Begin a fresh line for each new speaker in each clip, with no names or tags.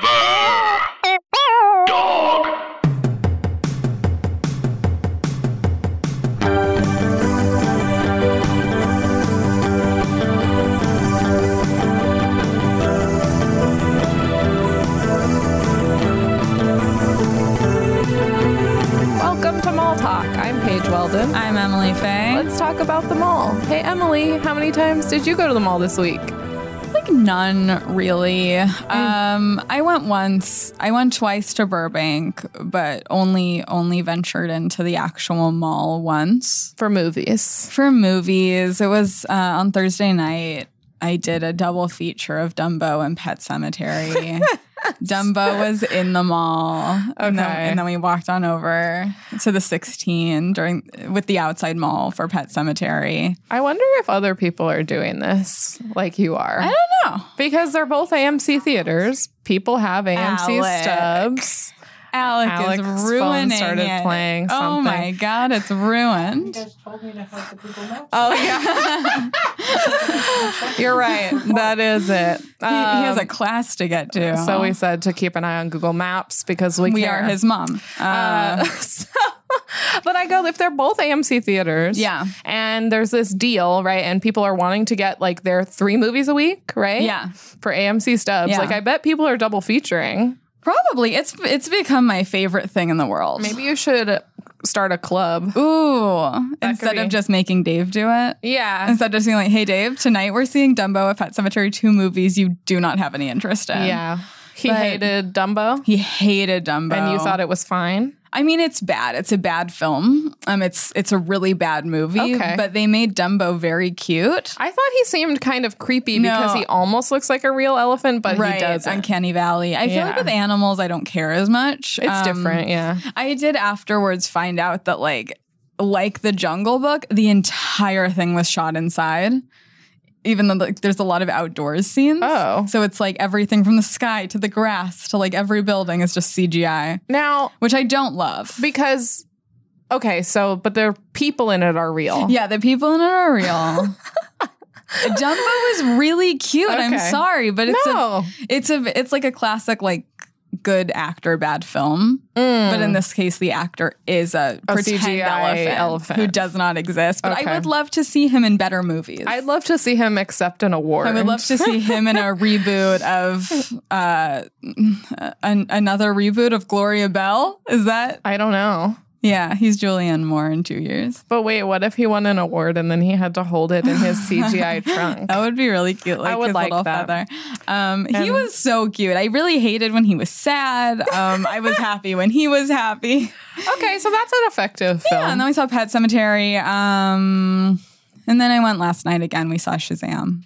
Forever. Dog.
Welcome to Mall Talk. I'm Paige Weldon.
I'm Emily Faye.
Let's talk about the mall. Hey, Emily, how many times did you go to the mall this week?
like none really. Um, I went once. I went twice to Burbank, but only only ventured into the actual mall once
For movies.
for movies. It was uh, on Thursday night. I did a double feature of Dumbo and Pet Cemetery. Dumbo was in the mall, and, then,
Okay.
and then we walked on over to the 16 during with the outside mall for Pet Cemetery.
I wonder if other people are doing this like you are.
I don't know.
Because they're both AMC theaters. People have AMC
Alec.
stubs.
Alec
Alec's
is
phone
ruining
started
it.
playing
Oh
something.
my god, it's ruined.
Oh yeah. You're right. That is it.
he, he has a
Um,
class to get to.
so we said to keep an eye on Google Maps because we
we
care.
are his mom. Uh,
Uh, so- but I go if they're both AMC theaters.
Yeah.
And there's this deal, right? And people are wanting to get like their three movies a week, right?
Yeah.
For AMC stubs.
Yeah.
Like I bet people are double featuring.
probably it's it's become my favorite thing in the world.
Maybe you should start a club.
Ooh,
could
instead
be.
of just making Dave do it.
Yeah.
Instead of just being like, "Hey Dave, tonight we're seeing Dumbo, A Pet Cemetery, two movies you do not have any interest in."
Yeah. He
But-
hated Dumbo.
he hated Dumbo,
And you thought it was fine.
I mean, it's bad. It's a bad film. Um, it's it's a really bad movie.
Okay.
But they made Dumbo very cute.
I thought he seemed kind of creepy because
No.
he almost looks like a real elephant, but he doesn't.
Uncanny Valley. I feel like
Yeah.
with animals, I don't care as much.
it's
Um,
different, yeah.
I did afterwards find out that like like the Jungle Book, the entire thing was shot inside. Even though like there's a lot of outdoors scenes,
Oh.
so it's like everything from the sky to the grass to like every building is just CGI,
Now,
which I don't love.
because okay, so but the people in it are real.
yeah, the people in it are real. Dumbo is really cute. I'm
Okay.
sorry, but it's a
no.
It's a it's like a classic like good actor bad film, but in this case the actor is a,
Mm. A
pretend
CGI
elephant,
elephant.
who does not exist. But
Okay.
I would love to see him in better movies.
I'd love to see him accept an award.
I would love to see him in a reboot of uh, an, another reboot of Gloria Bell. Is that?
I don't know.
Yeah, he's Julianne Moore in two years.
But wait, what if he won an award and then he had to hold it in his CGI trunk?
That would be really cute. Like
would
his
like
little
that.
feather. Um, he
And-
was so cute. I really hated when he was sad. Um, I was happy when he was happy.
Okay, so that's an effective film.
Yeah, and then we saw Pet Cemetery. Um, and then I went last night again. We saw Shazam.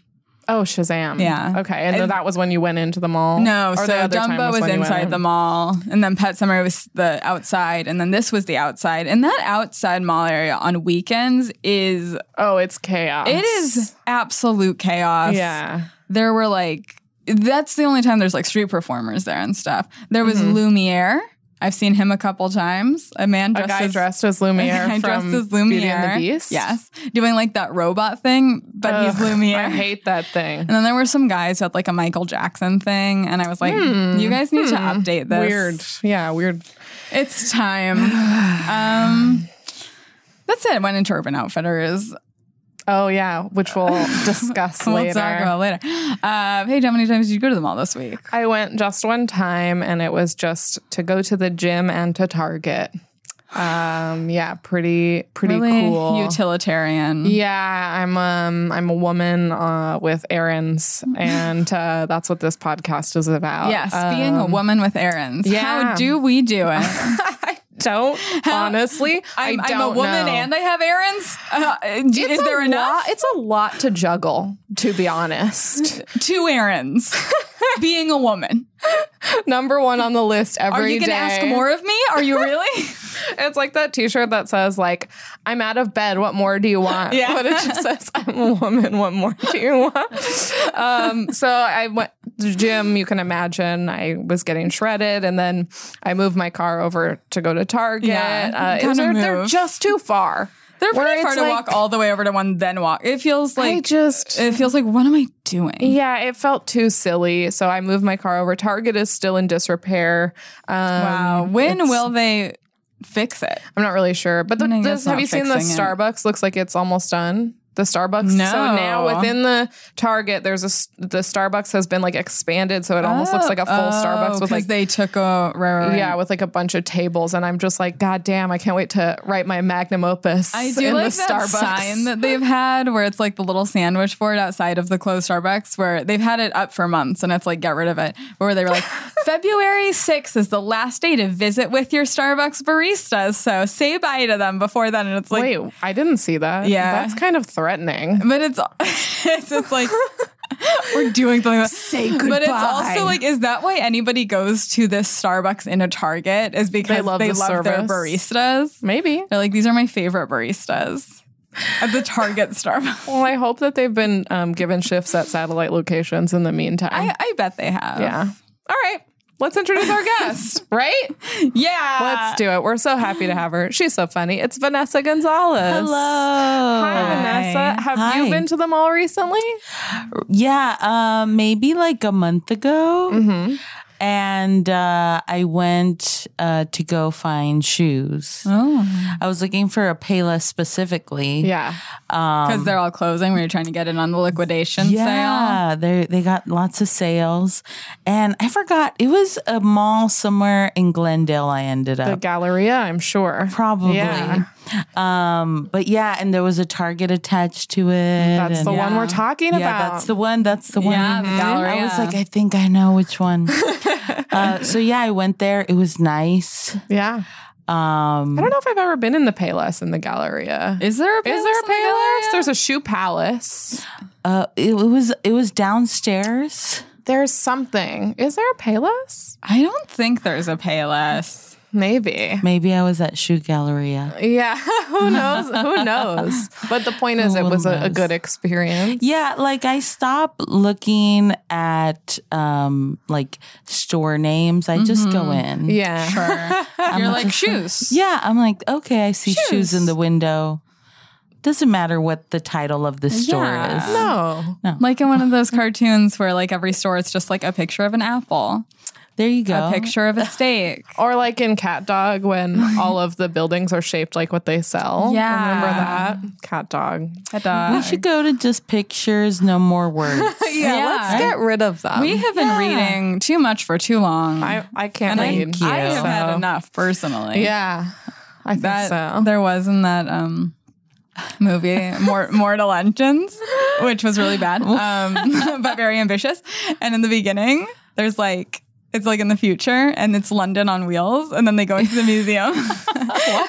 Oh, Shazam.
Yeah.
Okay, and,
And-
that was when you went into the mall?
No,
Or the
so
other time
Dumbo was,
when you went
inside
in?
the mall, and then Pet Cemetery was the outside, and then this was the outside. And that outside mall area on weekends is
Oh, it's chaos.
it is absolute chaos.
Yeah.
there were like that's the only time there's like street performers there and stuff. There was
Mm-hmm.
Lumiere. I've seen him a couple times. A man
A
dressed
guy
as
dressed as Lumiere
I dressed
from
as Lumiere.
Beauty and the Beast.
Yes. Doing like that robot thing, but
Ugh,
he's Lumiere.
I hate that thing.
and then there were some guys who had like a Michael Jackson thing. And I was like, you guys need to update this.
Hmm. Weird. Yeah, weird.
It's time. um, that's it. Went into Urban Outfitters.
Oh, yeah, which we'll discuss later.
We'll talk about later. Uh, hey, how many times did you go to the mall this week?
I went just one time and it was just to go to the gym and to Target. Um yeah, pretty pretty
really
cool.
utilitarian.
yeah, I'm um I'm a woman uh with errands and uh that's what this podcast is about.
Yes,
Uh,
being a woman with errands.
yeah.
How do we do it?
I don't honestly.
I'm,
I
I'm
don't
a woman
know.
and I have errands. Uh, is
It's a
there enough?
lot- it's a lot to juggle, to be honest.
Two errands. Being a woman.
Number one on the list every
Are you going to ask
day.
more of me? Are you really?
It's like that T-shirt that says like "I'm out of bed. What more do you want?"
Yeah.
but it just says "I'm a woman. What more do you want?" um, so I went to the gym. You can imagine I was getting shredded, and then I moved my car over to go to Target.
Yeah,
uh, it was-
gotta
they're
move.
just too far.
They're
Where
pretty far
it's
to walk
like-
all the way over to one, then walk. It feels
I
like
just
it feels like what am I doing?
yeah, it felt too silly. So I moved my car over. Target is still in disrepair. Um,
Wow. When
it's-
will they fix it?
I'm not really sure. But the,
I guess
this, have
not
you seen the
fixing it.
Starbucks? Looks like it's almost done. The Starbucks. So now
No.
within the Target, there's a s- the Starbucks has been like expanded, so it almost looks like a full Starbucks with like
Oh, they took a
yeah, with like a bunch of tables. And I'm just like, God damn, I can't wait to write my magnum opus.
I do
in
like
the
that
Starbucks.
sign that they've had where it's like the little sandwich board outside of the closed Starbucks where they've had it up for months and it's like get rid of it. Where they were like February 6th is the last day to visit with your Starbucks baristas, so say bye to them before then and it's like
Wait, I didn't see that.
Yeah.
that's kind of threatening.
But it's it's just like we're doing something. Like, Say goodbye. But it's also like, is that why anybody goes to this Starbucks in a Target? Is because they
They
love,
love the
their
service.
baristas.
Maybe.
They're like, these are my favorite baristas at the Target Starbucks.
Well, I hope that they've been um, given shifts at satellite locations in the meantime.
I, I bet they have.
yeah. All right. Let's introduce our guest, right?
Yeah.
Let's do it. We're so happy to have her. She's so funny. It's Vanessa Gonzalez. Hi, Vanessa. Have you
Hi.
been to the mall recently?
Yeah, uh, maybe like a month ago.
Mm-hmm.
And uh, I went uh, to go find shoes.
Oh,
I was looking for a Payless specifically.
Yeah.
because they're all closing. We were trying to get in on the liquidation sale.
Yeah, they they got lots of sales, and I forgot it was a mall somewhere in Glendale. I ended
The
up
Galleria, I'm sure.
probably,
Yeah.
um, but yeah, and there was a Target attached to it.
That's
and-
the one
Yeah.
we're talking about.
Yeah, that's the one. That's the one. Mm-hmm.
Yeah, the gallery.
I was like, I think I know which one. uh, so yeah, I went there. It was nice.
Yeah.
Um,
I don't know if I've ever been in the Payless in the Galleria.
is there a
Is there a
in the gallery?
Payless? There's a shoe palace.
uh, it, it was it was downstairs.
There's something. Is there a Payless?
I don't think there's a Payless.
Maybe.
Maybe I was at Shoe Galleria.
Yeah. Who knows? Who knows? But the point is, it
Who
was a, a
knows?
good experience.
Yeah, like I stopped looking at um like store names. I just go in.
Yeah.
Sure. You're like shoes.
Yeah, I'm like, okay, I see shoes, in the window. Doesn't matter what the title of the store
Yeah.
is.
No.
Like in one of those cartoons where like every store it's just like a picture of an apple,
There you go.
a picture of a steak.
Or like in Cat Dog when all of the buildings are shaped like what they sell.
Yeah.
Remember that? Cat Dog.
A dog.
We should go to just pictures, no more words.
Yeah,
Yeah.
let's get rid of them.
We have been reading too much for too long.
I, I can't
and I,
read.
you.
I have had
So-
enough personally.
Yeah. I think
That
so.
there was in that um movie Mor- Mortal Engines, which was really bad. Um but very ambitious. And in the beginning, there's like it's like in the future and it's London on wheels and then they go into the museum.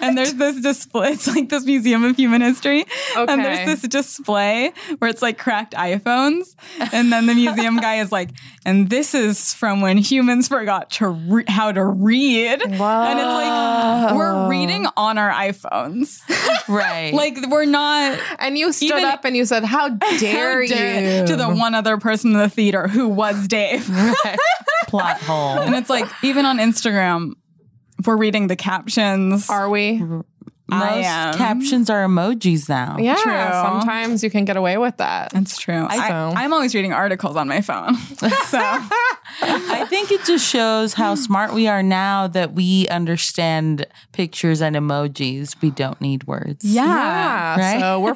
and there's this display it's like this museum of human history. And
Okay.
there's this display where it's like cracked iPhones. And then the museum guy is like, and this is from when humans forgot to re- how to read. And it's like, we're reading on our iPhones.
right.
like, we're not.
And you stood
Even-
up and you said, How dare
How dare-
you?
To the one other person in the theater who was Dave.
plot hole.
and it's like, even on Instagram, we're reading the captions.
Are we?
I
Most
am.
captions are emojis now.
Yeah.
True.
Sometimes you can get away with that.
That's true. I,
So-
I'm always reading articles on my phone. so.
I think it just shows how smart we are now that we understand pictures and emojis. We don't need words.
Yeah.
Right?
So we're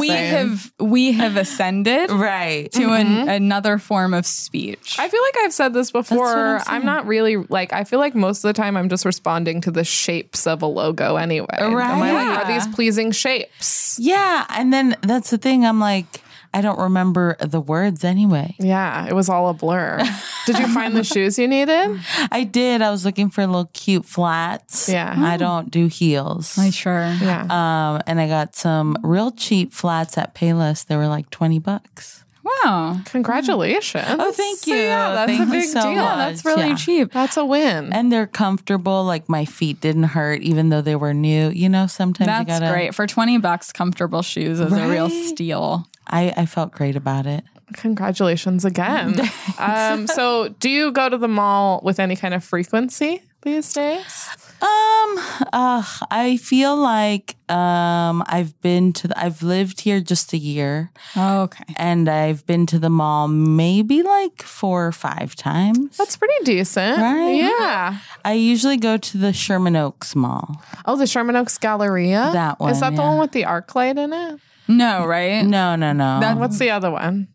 we have we have ascended
Right.
to an, another form of speech.
I feel like I've said this before.
I'm
I'm,
saying.
not really like I feel like most of the time I'm just responding to the shapes of a logo anyway. Am I like,
Right.
are these pleasing shapes?
Yeah. And then that's the thing. I'm like, I don't remember the words anyway.
Yeah, it was all a blur. Did you find the shoes you needed?
I did. I was looking for little cute flats.
Yeah.
I don't do heels.
sure.
Yeah.
Um, and I got some real cheap flats at Payless. They were like 20 bucks.
Wow.
Congratulations.
Oh, thank you.
yeah, that's
Thank
a
you
big
so
deal.
much.
That's really
Yeah.
cheap.
That's a win.
and they're comfortable. Like my feet didn't hurt, even though they were new. You know, sometimes you
That's
gotta.
great. For 20 bucks, comfortable shoes is a real
Right?
steal.
I I felt great about it.
Congratulations again. um, so, do you go to the mall with any kind of frequency these days?
Um, uh, I feel like Um, I've been to the, I've lived here just a year
Oh, okay.
and I've been to the mall maybe like four or five times.
That's pretty decent.
Right?
Yeah.
I usually go to the Sherman Oaks Mall.
Oh, the Sherman Oaks Galleria.
That one,
Is that the
yeah.
one with the arc light in it?
No, right?
No, no, no.
And what's the other one?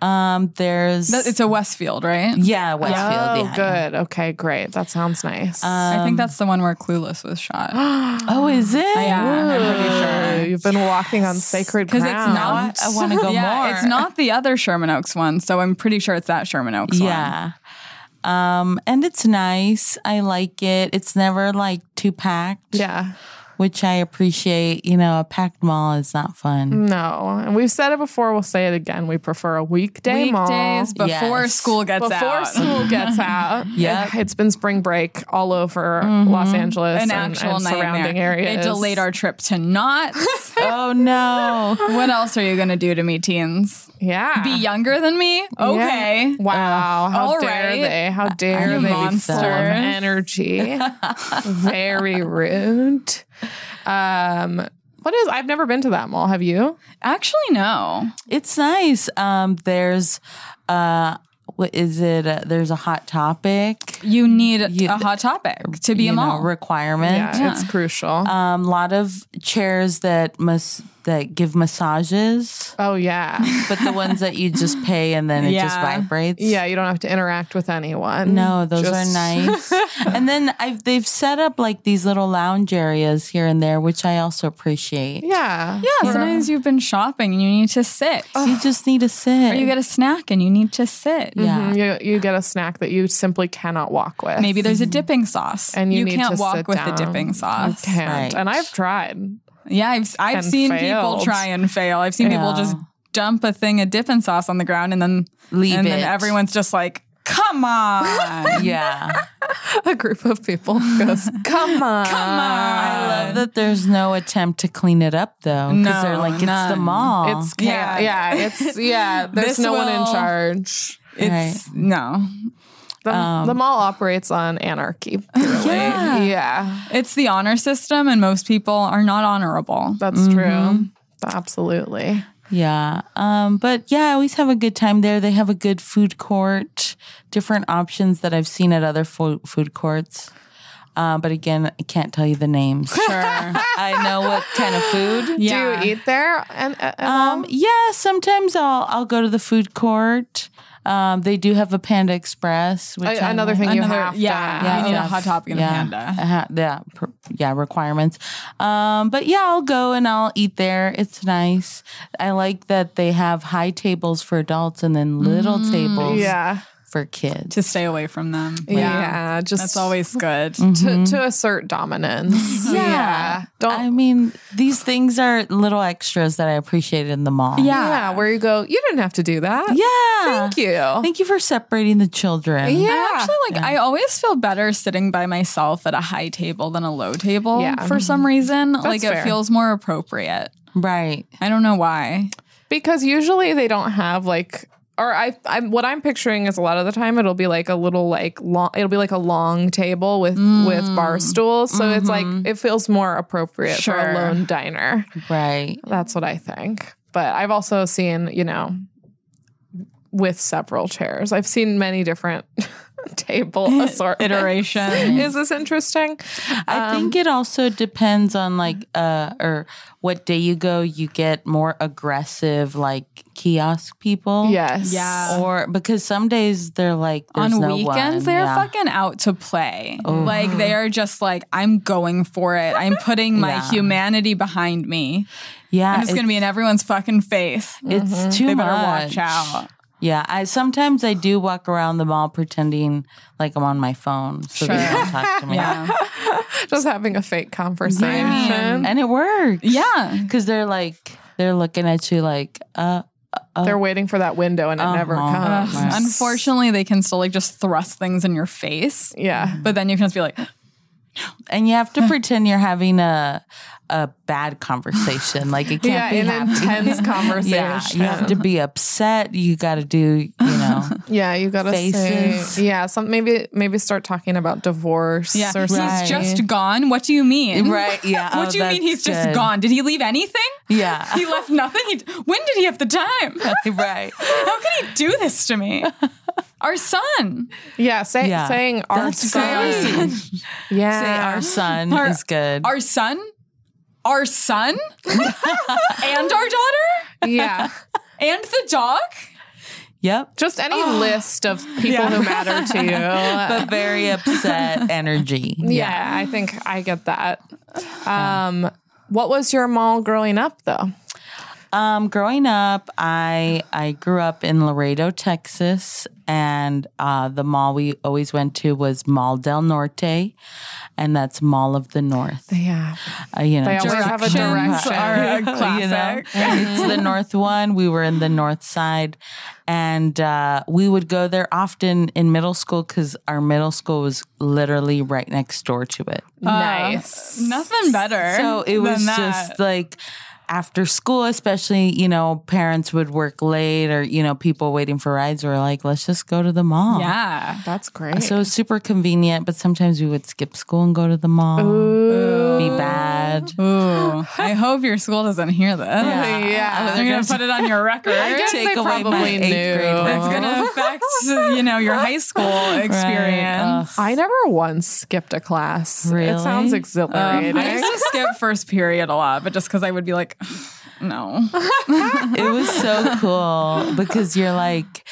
um, there's
That- it's a Westfield, right?
yeah, Westfield.
oh,
yeah.
good. Okay, great. That sounds nice.
I think that's the one where Clueless was shot.
Oh, is it?
yeah, I'm pretty sure.
Ooh, You've been walking on sacred
Because
ground.
it's not.
I wanna go
yeah,
more.
It's not the other Sherman Oaks one, so I'm pretty sure it's that Sherman Oaks one.
Yeah. Um, and it's nice. I like it. It's never like too packed,
Yeah.
which I appreciate. You know, a packed mall is not
Mm.
fun.
No. And we've said it before, we'll say it again. We prefer a weekday mall.
Weekdays before
Yes.
school gets
before
out.
school gets out.
Yeah.
It- It's been spring break all over Los Angeles
Mm-hmm. An
and,
actual
and surrounding
nightmare.
areas.
They delayed our trip to knots.
oh no.
what else are you going to do to me, teens?
Yeah.
Be
Ah.
younger than me?
Yeah.
Okay.
Wow. How
all
dare
right.
they? How dare
You
they?
monsters.
Full of energy. Very rude. Um, what is, I've never been to that mall. Have you?
Actually, no.
It's nice. Um, there's uh what is it? Uh, there's a hot topic.
You need
You-
a hot topic to be
you
a
know,
mall.
requirement.
Yeah, it's crucial.
Um, lot of chairs that must that give massages,
oh, yeah.
but the ones that you just pay and then it just
Yeah.
vibrates.
Yeah, you don't have to interact with anyone.
No, those
Just-
are nice. and then I've they've set up like these little lounge areas here and there, which I also appreciate.
Yeah.
yeah,
Or-
sometimes you've been shopping and you need to sit.
You just need to sit.
Or you get mm-hmm. a snack and you need to sit.
Mm-hmm.
yeah.
You, Mm, you get a snack that you simply cannot walk with.
Maybe there's a dipping sauce.
And you need
can't
to
walk
sit
with
down.
the dipping sauce.
can't.
Right.
And I've tried.
Yeah, I've I've
And
seen
failed.
people try and fail. I've seen people
Yeah.
just dump a thing of dipping sauce on the ground and then
Leave
and
it.
then everyone's just like, "Come on."
Yeah.
A group of people goes, "Come on, come
I love that there's no attempt to clean it up though. Because
No,
they're like, it's the
none.
mall.
It's yeah, yeah. It's yeah. There's
This
no one in
will-
charge.
It's no.
The, the mall operates on anarchy. really.
Yeah.
yeah.
It's the honor system and most people are not honorable.
That's true. Absolutely.
Yeah. Um, but yeah, I always have a good time there. They have a good food court, different options that I've seen at other fo- food courts. Uh, but again, I can't tell you the names.
Sure.
I know what kind of food.
yeah.
Do you eat there? And, uh, and
Um, yeah, sometimes I'll I'll go to the food court. Um, they do have a Panda Express, which I
another
like.
thing you
Another-
have
yeah.
to.
You need a
I've-
hot topic and a
yeah,
Panda.
I ha- yeah, pr- yeah, requirements. Um, but yeah, I'll go and I'll eat there. It's nice. I like that they have high tables for adults and then little
Mm.
tables
Yeah.
for kids.
to stay away from them.
Yeah. Just
That's always good.
to, to assert dominance.
Yeah.
Don't.
I mean, these things are little extras that I appreciate in the mall.
yeah. Where you go, you didn't have to do that.
Yeah.
Thank you.
Thank you for separating the children.
Yeah.
I actually like I always feel better sitting by myself at a high table than a low table
Yeah. Mm-hmm.
for some reason. like
fair.
it feels more appropriate.
Right.
I don't know why.
because usually they don't have like or I, I'm what I'm picturing is a lot of the time it'll be like a little like long it'll be like a long table with with bar stools so it's like it feels more appropriate for
Sure.
a lone diner
Right.
that's what I think but I've also seen you know with several chairs I've seen many different table
Eh,
assortment
Iteration.
is this interesting
I
Um,
think it also depends on like
Mm-hmm.
uh or what day you go, you get more aggressive like kiosk people.
yes
Yeah.
Or because some days they're like there's
on
no
weekends
one.
they're
Yeah.
fucking out to play like they are just like i'm going for it i'm putting my
Yeah.
humanity behind me
Yeah.
i'm just gonna be in everyone's fucking face
it's too
they
much.
better watch out
Yeah, I sometimes I do walk around the mall pretending like I'm on my phone so they
Sure.
don't talk to me.
yeah
just having a fake conversation
And it works.
yeah
Cuz they're like they're looking at you like uh
they're waiting for that window and it never
Uh-huh.
comes
Right.
unfortunately they can still like just thrust things in your face
yeah
but then you can just be like
and you have to pretend you're having a a bad conversation. Like it can't
yeah,
be
an
happy.
intense conversation.
Yeah, you have to be upset. You got to do, you know, know.
Yeah, you gotta
Faces.
say yeah. Some maybe maybe start talking about divorce.
Yeah,
or
he's
something.
Right.
just gone. What do you mean?
Right, yeah.
what
Oh,
do you mean he's
that's
just
good.
gone? Did he leave anything?
Yeah.
He left nothing. He, when did he have the time?
right.
How can he do this to me? Our son,
yeah. Say,
Yeah.
saying our
That's
son.
great.
Yeah,
Say our son
Our-
is good.
our son, our son, and our daughter,
yeah.
and the dog.
yep.
Just any list of people
Yeah.
who matter to you.
But very upset energy.
yeah, I think I get that. Um, what was your mall growing up though?
Um, growing up, I I grew up in Laredo, Texas, and uh, the mall we always went to was Mall del Norte, and that's Mall of the North.
Yeah,
Uh, you know,
They
just
always have a
Directions
direction.
are a
you know,
classic.
it's the north one. We were in the north side, and uh, we would go there often in middle school because our middle school was literally right next door to it.
nice.
Nothing better.
So it
than
was
that.
just like after school, especially, you know, parents would work late or, you know, people waiting for rides were like, let's just go to the mall.
yeah.
That's great.
So it was super convenient, but sometimes we would skip school and go to the mall. Be bad.
Ooh, I hope your school doesn't hear this.
yeah.
They're gonna put it on your record.
guess they
Take away my
probably
eighth
knew.
grade
It's
record.
gonna affect you know your high school experience.
I never once skipped a class. It
Really?
sounds
Um,
exhilarating.
I used to skip first period a lot, but just because I would be like, no.
It was so cool because you're like,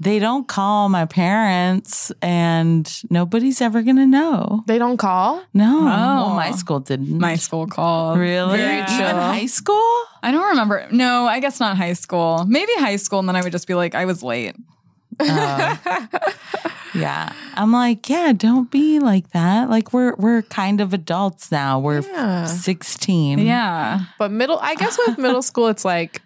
they don't call my parents and nobody's ever going to know.
they don't call.
No. Well, my school didn't.
My school called.
Really?
Very
Even
chill.
high school?
I don't remember. No, I guess not high school. Maybe high school, and then I would just be like, I was late.
Yeah. I'm like, yeah, don't be like that. Like we're we're kind of adults now. We're
Yeah.
16.
Yeah.
But middle, I guess with middle school, it's like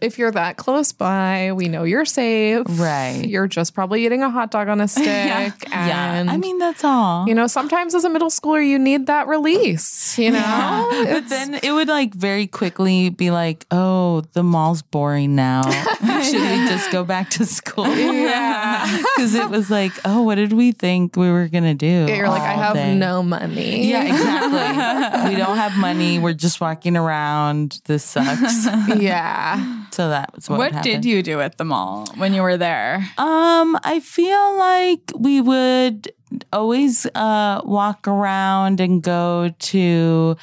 if you're that close by, we know you're safe.
Right.
You're just probably eating a hot dog on a stick.
Yeah.
Yeah.
And
I mean, that's all.
you know, sometimes as a middle schooler, you need that release, you know?
but then it would like very quickly be like, oh, the mall's boring now. Should we just go back to school?
yeah.
Because it was like, oh, what did we think we were gonna do?
You're like, I
all
have
day?"
no money.
Yeah, exactly. we don't have money. We're just walking around. This sucks.
Yeah.
so that's what.
What,
would happen.
did you do at the mall when you were there?
Um, I feel like we would always uh walk around and go to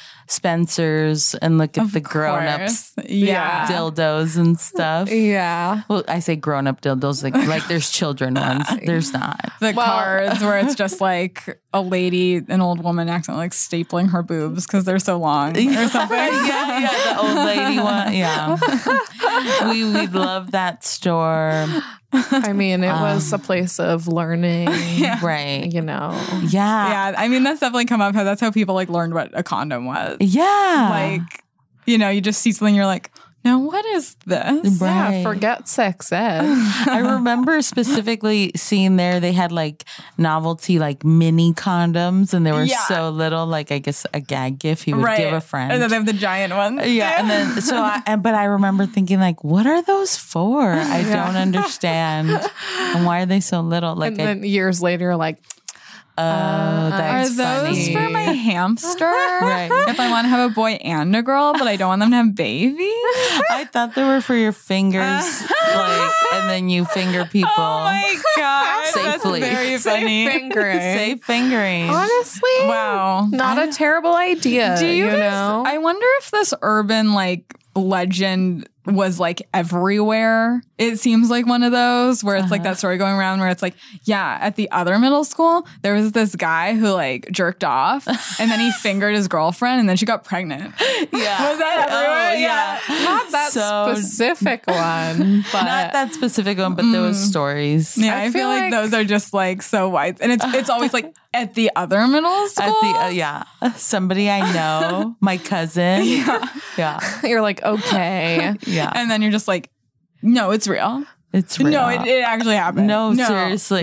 Spencer's and look at the grown ups
Course. Yeah.
dildos and stuff.
Yeah.
Well, I say grown up dildos like like there's children ones. There's not.
The
Well-
cards where it's just like a lady, an old woman accidentally like stapling her boobs because they're so long or something.
yeah, yeah, the old lady one. Yeah. we we love that store.
I mean, it
Um.
was a place of learning,
Right.
you know?
Yeah.
yeah. I mean, that's definitely come up. how That's how people like learned what a condom was.
Yeah.
Like, you know, you just see something, you're like, now what is this?
Yeah.
Right.
Forget sex ed.
I remember specifically seeing there they had like novelty like mini condoms and they were
Yeah.
so little like I guess a gag gift he would give a friend.
And then they have the giant ones.
yeah, and then so I and, but I remember thinking like what are those for? I don't understand. And why are they so little? Like
And then years later, like,
I, oh,
uh, Are
that's
those
funny.
for my hamster?
Right.
If I want to have a boy and a girl, but I don't want them to have babies.
I thought they were for your fingers like and then you finger people.
Oh god,
Safely.
funny.
fingering.
Safe fingering.
Honestly,
Wow.
not a terrible idea.
Do you, guys-
Uh, know?
I wonder if this urban like legend was like everywhere. It seems like one of those where it's like
Uh-huh.
that story going around where it's like, yeah, at the other middle school, there was this guy who like jerked off and then he fingered his girlfriend and then she got pregnant.
Yeah.
Was that everywhere?
Oh, yeah.
not that
So-
specific one, but
Not that specific one, but those stories.
Yeah, I,
I feel
feel, like,
like-
those are just like so wide. And it's it's always like at the other middle school.
At the uh, yeah, somebody I know, my cousin. Yeah, yeah,
you're like, okay.
yeah.
and then you're just like, no, it's real.
It's real.
No, it, it actually happened.
no, seriously.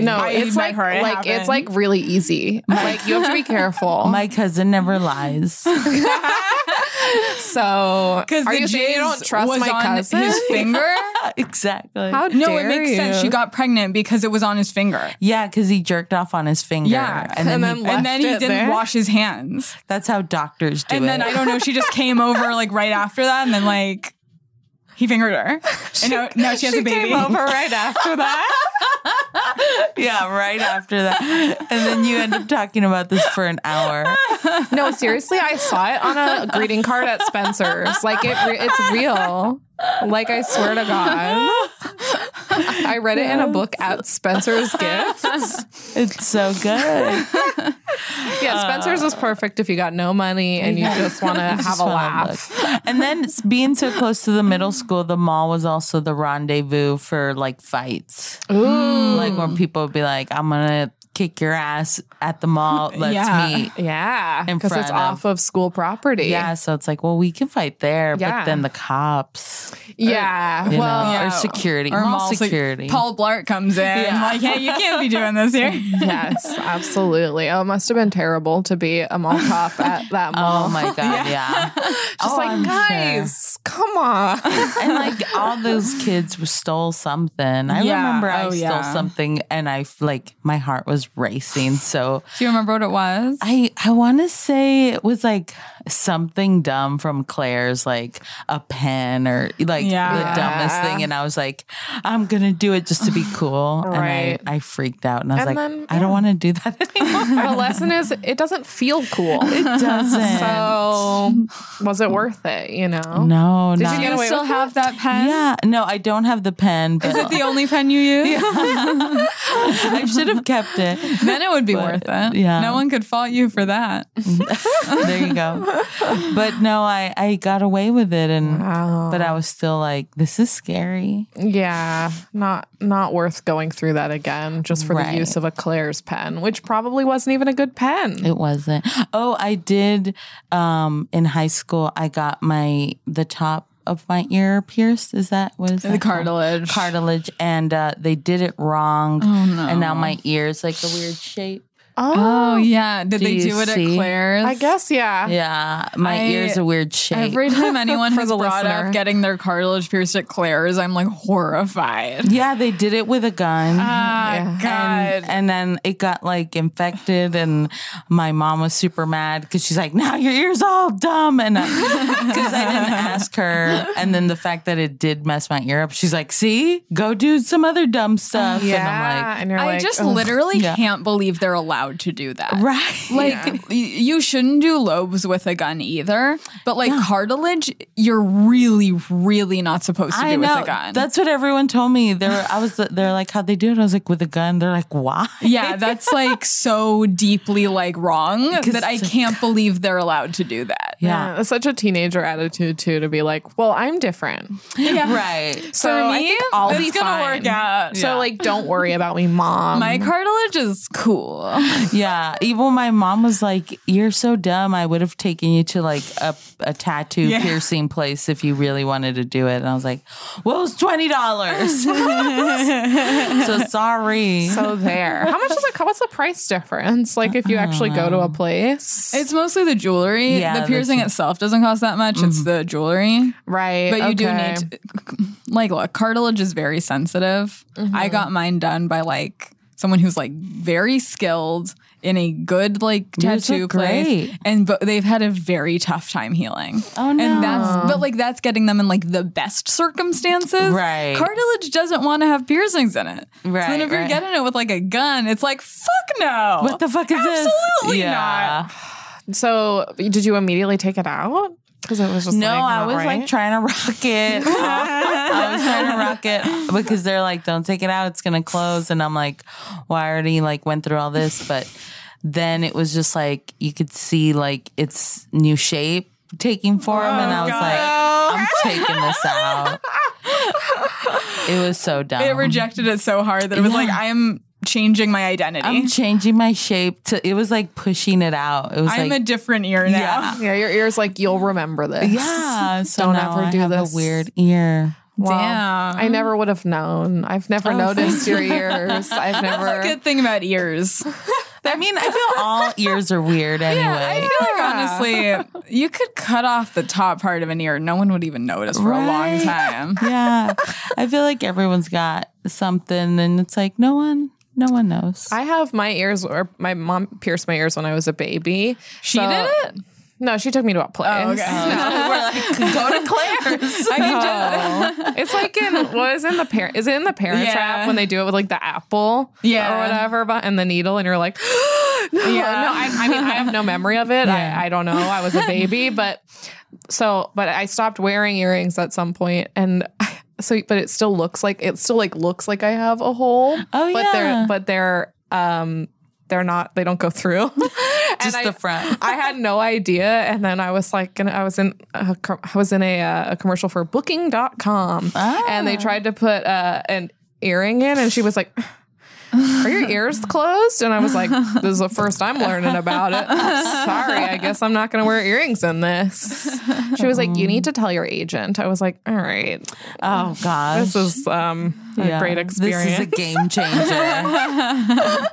No,
I
it's
met
like
her, it
like
happened.
it's like really easy. Like you have to be careful.
My cousin never lies.
so,
Because
are
the
you saying you don't
jizz
trust
was
my
on
cousin?
his finger.
exactly.
How
No, it
dare
makes
you.
sense. She got pregnant because it was on his finger.
yeah, because he jerked off on his finger.
Yeah,
And then,
and
he-
then-
and then
Left
he
it
didn't
there?
wash his hands.
that's how doctors do
and
it.
then I don't know, she just came over like right after that and then like he fingered her. and now, now she has a baby.
came over right after that.
yeah, right after that. And then you end up talking about this for an hour.
no, seriously, I saw it on a greeting card at Spencer's. Like it, re- it's real. Like I swear to God, I read it in a book at Spencer's Gifts.
It's so good.
Yeah, Spencer's is perfect if you got no money and you just want to
Uh, You
have
just
a
wanna
laugh.
look. And then it's being so close to the middle school, the mall was also the rendezvous for like fights.
Ooh,
Like where people would be like, I'm gonna kick your ass at the mall. Let's
Yeah.
meet.
yeah,
In
because
front
it's
of-
off of school property.
Yeah, so it's like, well, we can fight there,
Yeah.
but then the cops,
yeah.
you
well,
know,
Yeah.
or security,
Or
mall,
mall sec-
security.
Paul Blart comes in. Like, hey, you can't be doing this here.
yes, absolutely. Oh, it must have been terrible to be a mall cop at that mall.
Oh my god, yeah.
Just
Oh,
like
I'm sure.
guys, come on.
and like all those kids stole something. I
Yeah.
remember I
Oh,
stole
yeah.
something, and I f- like my heart was racing. So
Do you remember what it was?
I I want to say it was like something dumb from Claire's, like a pen or like
Yeah.
the dumbest thing. And I was like, I'm gonna do it just to be cool.
Right.
And I, I freaked out, and I was
And
like,
then,
I don't want to do that anymore.
Our lesson is it doesn't feel cool. It
Doesn't.
So was it worth it? You know.
no,
Did
not.
you get away
still
with
have that pen?
yeah, no, I don't have the pen,
Is it
but
the only pen you use?
I should have kept it.
Then it would be
But,
worth it.
yeah.
No one could fault you for that.
there you go. But no, I I got away with it, and
Wow.
but I was still like, this is scary.
Yeah, not not worth going through that again just for
Right.
the use of a Claire's pen, which probably wasn't even a good pen.
It wasn't. Oh, I did. Um, in high school, I got my the top of my ear pierced. Is that what is that
The
called?
cartilage.
Cartilage, and uh, they did it wrong,
Oh, no.
and now my ear is like a weird shape.
Oh, yeah. Did
Do
they
you
do it at
see?
Claire's?
I guess yeah.
Yeah, my
I-
ear's a weird shape.
Every time anyone
For
has
the
brought
listener.
up getting their cartilage pierced at Claire's, I'm like horrified.
yeah, they did it with a gun.
Ah,
and,
God.
and then it got like infected, and my mom was super mad because she's like, "Now your ear's all dumb," and because I didn't ask her, and then the fact that it did mess my ear up, she's like, "See, go do some other dumb stuff,"
Yeah,
and
you're
I
like,
just
ugh.
literally
Yeah.
can't believe they're allowed to do that.
I'm like, "Right."
Like y- you shouldn't do lobes with a gun either, but like cartilage, you're really, really not supposed to
I
do
know.
with a gun.
That's what everyone told me. They're, I was, they're like, how they do it. I was like, with a gun. They're like, why?
yeah, that's like so deeply like wrong that I
it's a
can't believe they're allowed to do that.
Yeah,
Yeah, it's such a teenager attitude too to be like, well, I'm different.
Yeah.
right.
So
For
I
me,
think I'll
it's
be
gonna
fine.
work out.
So
Yeah.
like, don't worry about me, mom.
My cartilage is cool.
Yeah. Even my mom was like, You're so dumb. I would have taken you to like a, a tattoo
Yeah.
piercing place if you really wanted to do it. And I was like, Well, it's $20. so sorry.
so there. How much does it cost? What's the price difference? Like if you actually go to a place,
It's mostly the jewelry.
Yeah,
the
the Mm-hmm.
piercing
ju-
itself doesn't cost that much. It's the jewelry.
right?
But you do
okay.
need, to, like, look, cartilage is very sensitive.
Mm-hmm.
I got mine done by like someone who's like very skilled in a good like
Yours
tattoo
look
place,
great.
and but they've had a very tough time healing.
Oh, no.
And that's but like that's getting them in like the best circumstances.
Right.
Cartilage doesn't want to have piercings in it. So
Right,
then if you're
right.
getting it with like a gun, it's like fuck no.
What the fuck is this?
Absolutely
Yeah.
So did you immediately take it out? Because it was just
No,
like,
I
not
was
right?
like trying to rock it. I was trying to rock it because they're like, don't take it out. It's going to close. And I'm like, well, I already like went through all this. But then it was just like, you could see like its new shape taking form. and I was
Oh,
like, I'm taking this out. It was so dumb.
It rejected it so hard that it was like, I am changing my identity.
I'm
I'm,
changing my shape to, it was like pushing it out. It was
a
like,
different ear now.
Yeah.
Yeah, your ear's like you'll remember this.
yeah. So
Don't
now
ever
I
do
have
this.
a weird ear.
Wow.
Damn.
I never would have known. I've never
Oh,
noticed
thank
your ears. I've never.
That's a good thing about ears.
I mean, I feel all ears are weird anyway.
Like, honestly, you could cut off the top part of an ear. No one would even notice for a long
Right.
time.
yeah. I feel like everyone's got something and it's like no one no one knows.
I have my ears, or my mom pierced my ears when I was a baby.
She
So-
did it?
No, she took me to a place.
Oh, okay.
go to Claire's.
I mean, just-
it's like in what is in the parent is it in the parent
Yeah.
trap when they do it with like the apple
Yeah.
or whatever but and the needle and you're like no, no I, I mean I have no memory of it I, I don't know I was a baby but so but I stopped wearing earrings at some point and so but it still looks like it still like looks like I have a hole
Oh,
but
yeah.
they're but they're um they're not they don't go through
Just
And
the
I-
front.
I had no idea. And then I was like, and I was in, a, com- I was in a, uh, a commercial for booking.com and
Ah.
they tried to put uh, an earring in and she was like, are your ears closed? And I was like, this is the first I'm learning about it. Sorry, I guess I'm not going to wear earrings in this. She was like, you need to tell your agent. I was like, all right,
Oh gosh.
this is um, a
Yeah.
great experience.
This is a game changer.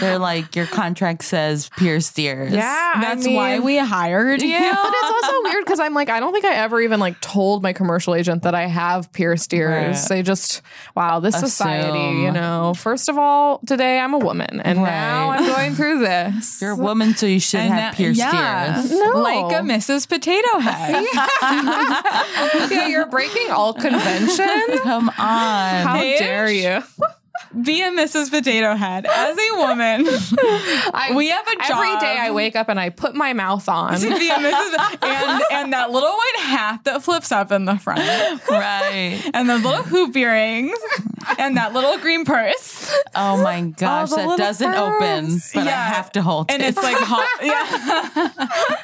They're like, your contract says pierced ears.
yeah, I
that's why
mean-
we hired you.
Yeah, but it's also weird because I'm like, I don't think I ever even like told my commercial agent that I have pierced ears.
Right.
They just, wow, this society,
Assume.
you know. First of all, today I'm a woman, and now
Right.
I'm going through this.
You're a woman, so you should
And
have
that-
pierced
yeah.
ears.
No.
Like a Mrs. Potato Head.
yeah, you're breaking all convention.
Come on.
How
Paige?
dare you?
Be a Mrs. Potato Head as a woman.
I,
We have a
Every
job.
day I wake up and I put my mouth on.
to be a Mrs. And, and that little white hat that flips up in the front,
right.
and those little hoop earrings, and that little green purse.
Oh my gosh,
the
that
little
doesn't open,
curves.
but I
Yeah.
have to hold
And
it.
it's like hot.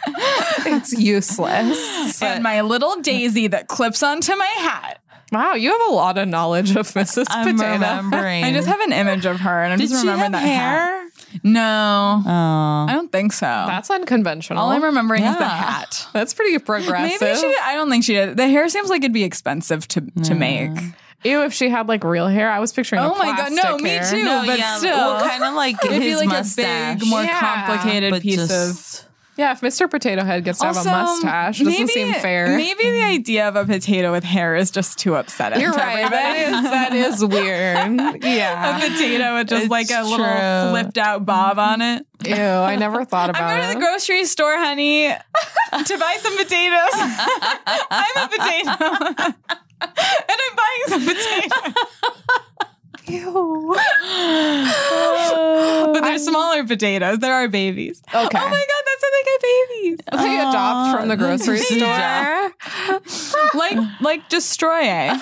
Yeah.
It's useless.
And my little daisy that clips onto my hat.
Wow, you have a lot of knowledge of Mrs.
I'm
Potato.
remembering.
I just have an image of her, and I'm
Did
just
she have
remembering that hat.
hair?
No,
Oh.
I don't think so.
That's unconventional.
All I'm remembering is the
Yeah.
hat.
That's pretty progressive.
Maybe she. I don't think she did. The hair seems like it'd be expensive to to make.
Ew, if she had like real hair, I was picturing.
Oh
a
my God, no,
plastic
me
hair.
too. but still.
well, kind of like
It'd
his
be like
mustache,
a big, more
Yeah.
complicated
but
piece of
just,
Yeah, if Mr. Potato Head gets to
Also,
have a mustache, doesn't seem fair.
Maybe the idea of a potato with hair is just too upsetting.
You're
to
right.
everybody.
That is that is weird.
A
Yeah.
potato with just
It's
like a
true.
little flipped out bob on it.
Ew, I never thought about
I'm going
it.
to the grocery store, honey, to buy some potatoes. I'm a potato. and I'm buying some potatoes.
Ew.
But they're smaller potatoes. They're our babies.
Okay.
Oh my God, that's how they get babies.
They adopt from the grocery store.
Yeah.
Yeah.
Like, like Destroyer.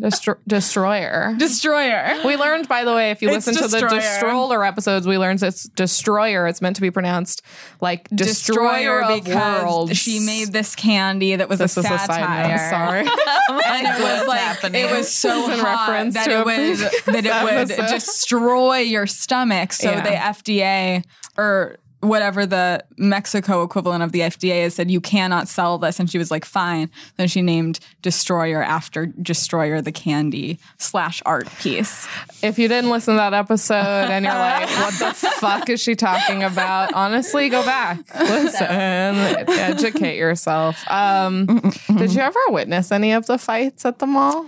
Destro- destroyer.
Destroyer.
we learned, by the way, if you
It's
listen to the
Destroyer.
Destroyer episodes, we learned it's Destroyer. It's meant to be pronounced like Destroyer, of
because
Worlds.
she made this candy that was
this
a
is a
satire.
side note. Sorry.
and it
was like it was so
This is in
hot
reference
that
to
it
a
was that it would
episode.
destroy your stomach. So
Yeah.
the FDA or whatever the Mexico equivalent of the FDA is said you cannot sell this, and she was like, "Fine." Then she named Destroyer after Destroyer the candy slash art piece.
if you didn't listen to that episode and you're like, what the fuck is she talking about? Honestly, go back, listen, educate yourself. Um, did you ever witness any of the fights at the mall?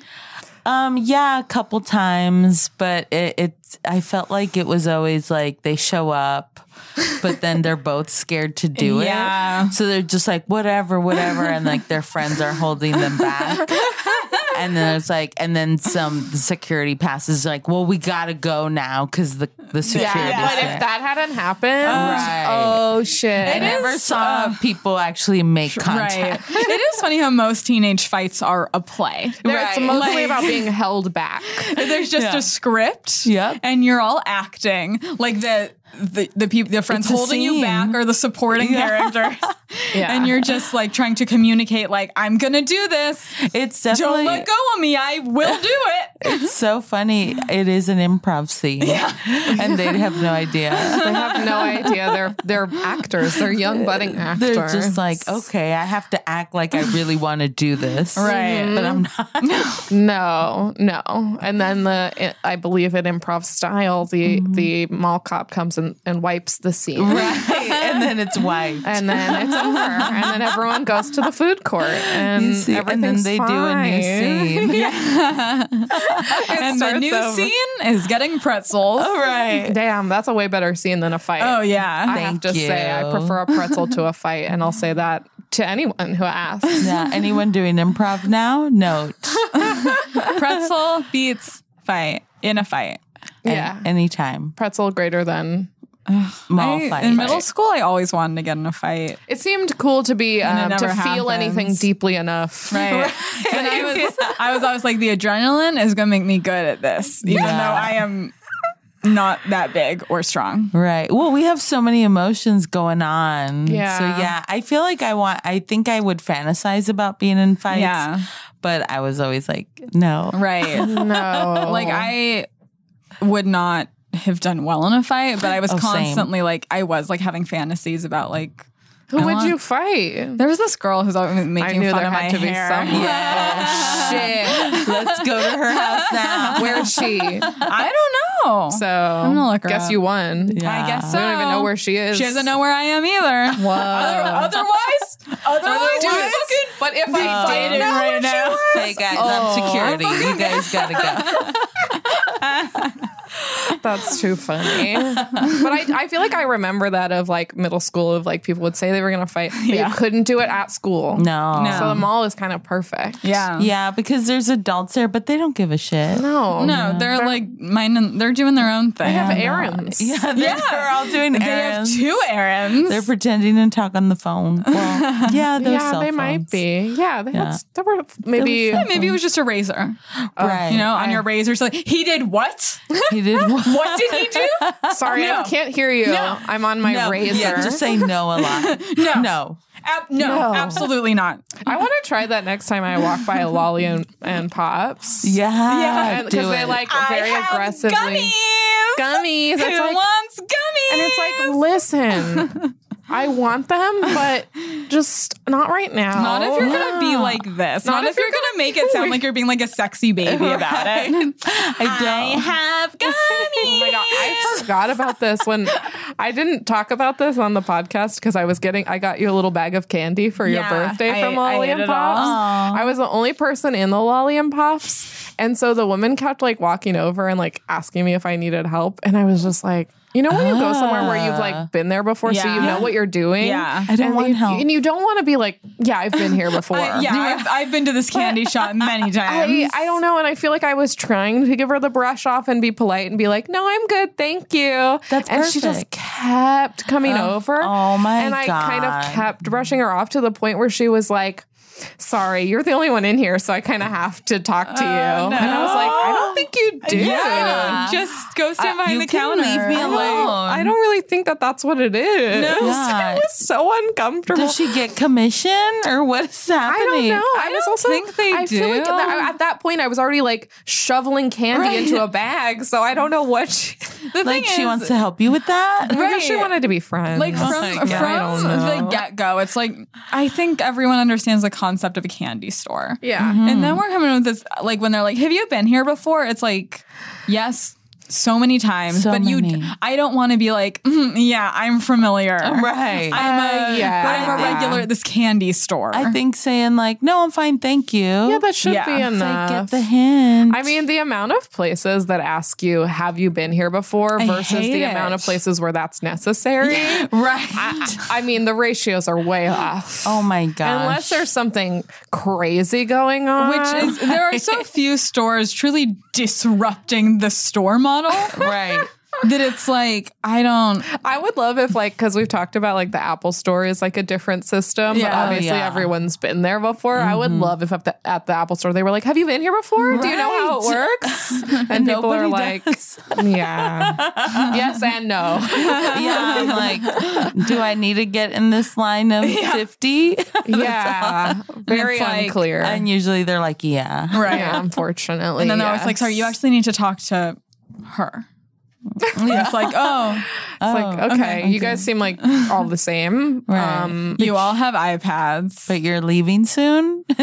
Um, yeah, a couple times, but it, it I felt like it was always like they show up, but then they're both scared to do
Yeah.
it. So they're just like, whatever, whatever, and like their friends are holding them back. And then it's like, and then some the security passes like, well, we gotta go now because the the security.
yeah.
But if that hadn't happened,
Right.
oh shit.
I never saw people actually make
uh, Right.
contact.
it is funny how most teenage fights are a play.
There- It's
Right.
mostly
Like-
about being held back.
There's just
Yeah.
a script,
Yep.
and you're all acting like the the the people the friends
It's a
holding you
scene.
back are the supporting characters.
Yeah.
And you're just like trying to communicate like I'm going to do this.
It's
Don't
definitely
let go of me. I will do it.
it's so funny. It is an improv scene, and they have no idea.
They have no idea. They're they're actors. They're young budding actors.
They're just like, okay, I have to act like I really want to do this,
Right.
But I'm not.
no, no. And then the I believe in improv style, the
Mm-hmm.
the mall cop comes and, and wipes the scene.
Right. and then it's white.
And then it's over. And then everyone goes to the food court and,
You see, and then
everything's
they
fine.
do a new scene.
and the
starts
new
over.
scene is getting pretzels.
All right.
Damn, that's a way better scene than a fight.
Oh yeah.
I have to
Thank
say, I
you.
prefer a pretzel to a fight, and I'll say that to anyone who asks.
Now, anyone doing improv now? Note.
pretzel beats fight in a fight.
Yeah.
Anytime.
pretzel greater than.
Mall
I-
fight.
In middle school, I always wanted to get in a fight.
It seemed cool to be um,
it
to
never
feel
happens.
anything deeply enough.
Right. and I was, I was always like, the adrenaline is going to make me good at this, even
Yeah.
though I am not that big or strong.
Right. Well, we have so many emotions going on.
Yeah.
So yeah, I feel like I want. I think I would fantasize about being in fights.
Yeah.
But I was always like, no.
Right.
Oh. No,
like, I would not have done well in a fight, but I was
Oh, same.
constantly like, I was like having fantasies about like,
who
I
would
want-
you fight?
there was this girl who's always
I
making
knew
fun
there
of my
had to be
hair.
someone. Oh shit!
Let's go to her house now.
Where's she?
I don't know.
So
gonna look her
guess
up.
you won.
I guess so.
We don't even know where she is.
She doesn't know where I am either.
Whoa.
Other- otherwise, otherwise,
Dude,
we're fucking
but if I
dating
did know,
right now.
Hey guys, I'm security. You guys gotta go.
That's too funny. but I, I feel like I remember that of like middle school of like people would say they were gonna fight, but
Yeah.
you couldn't do it at school.
No.
No.
So the mall is kind of perfect.
Yeah.
Yeah, because there's adults there, but they don't give a shit.
No.
No, Oh, they're like mine. and- They're doing their own thing.
They have errands.
Yeah, they're, they're all doing
They have
errands.
two errands.
They're pretending to talk on the phone. Well, yeah, those
Yeah,
cell
they
phones.
might be. Yeah, they
Yeah.
had there were maybe
Yeah, maybe it was just a razor.
Right.
You know, on your razor, so like he did what?
Oh, he did
What did he do?
sorry,
No.
I can't hear you. I'm on my
No,
razor.
Yeah, just say no a lot.
No.
No.
Ab- no,
No.
absolutely not.
I want to try that next time I walk by Lolly and, and Pops.
Yeah.
Yeah,
do
because they
it.
like very
I have
aggressively
Gummies.
gummies.
Who
It's like,
wants gummies?
And it's like, listen, I want them, but just not right now.
not if you're gonna be like this. Not, if, you're gonna, make it sound like you're being like a sexy baby about it.
I don't.
have gummies.
Oh my god, I forgot about this when I didn't talk about this on the podcast because I was getting I got you a little bag of candy for your
Yeah,
birthday
I-
from
I
Lolly
ate
and
it all.
Pops. I was the only person in the Lolly and Pops, and so the woman kept like walking over and like asking me if I needed help, and I was just like. You know when you go somewhere where you've like been there before, so
Ah. Yeah.
you know what you're doing.
Yeah.
I don't
and
want
you,
help.
and you don't want to be like, yeah, I've been here before.
I- yeah, I've, I've been to this candy shop many
I,
times.
I don't know. And I feel like I was trying to give her the brush off and be polite and be like, no, I'm good. Thank you.
That's
And she just
perfect.
kept coming over.
oh my
And I kind
God.
of kept brushing her off to the point where she was like, sorry, you're the only one in here. So I kind of have to talk to you.
Oh,
And I was like, I don't think you
Uh,
do.
Yeah, just go stand behind
you
the
can
counter.
leave me
I don't-
alone.
I don't really think that that's what it is.
No.
Yeah.
it was so uncomfortable.
Does she get commission or what's
I
happening?
don't know. I,
I
was
don't
also
think they
I Feel like
do.
that- at that point, I was already like shoveling candy
Right.
into a bag, so I don't know what she,
The thing
Like she
is,
wants to help you with that?
I guess she
Right.
wanted to be friends.
Like from
my
from
God. I
don't
the
know.
get go, it's like I think everyone understands the concept of a candy store.
yeah, Mm-hmm.
And then we're coming up with this like when they're like, "Have you been here before?" It's like, "Yes." So many times,
So
but you,
many.
I don't want to be like, "Mm, yeah, I'm familiar.
Right. I,
I'm a,
Uh, yeah.
but I'm a
I think-
regular at this candy store.
think saying like, no, I'm fine, thank you.
yeah, that should
Yeah.
be
It's
It's like, get
enough.
the hint.
I mean, the amount of places that ask you, "Have you been here before?"
I
versus
hate
the
it.
amount of places where that's necessary.
right.
I, I mean, the ratios are way off.
oh my gosh.
Unless there's something crazy going on,
which is there are so few stores truly disrupting the store model.
right.
that it's like I don't.
I would love if like because we've talked about like the Apple Store is like a different system, but
Yeah. Mm-hmm. Oh,
obviously
yeah.
everyone's been there before. I would love if at the, at the Apple Store they were like, "Have you been here before? Do you know how it works?" And, people are
Nobody
like,
does.
"Yeah, yes and no,
yeah, I'm like, do I need to get in this line of 50?
yeah." Very
it's like-
unclear.
and usually they're like, yeah.
Right.
yeah, unfortunately.
And then they're always like, sorry, you actually need to talk to her. And it's like, oh,
It's like, okay,
Oh,
okay,
you guys seem like all the same.
Right.
Um,
you all have iPads.
But you're leaving soon?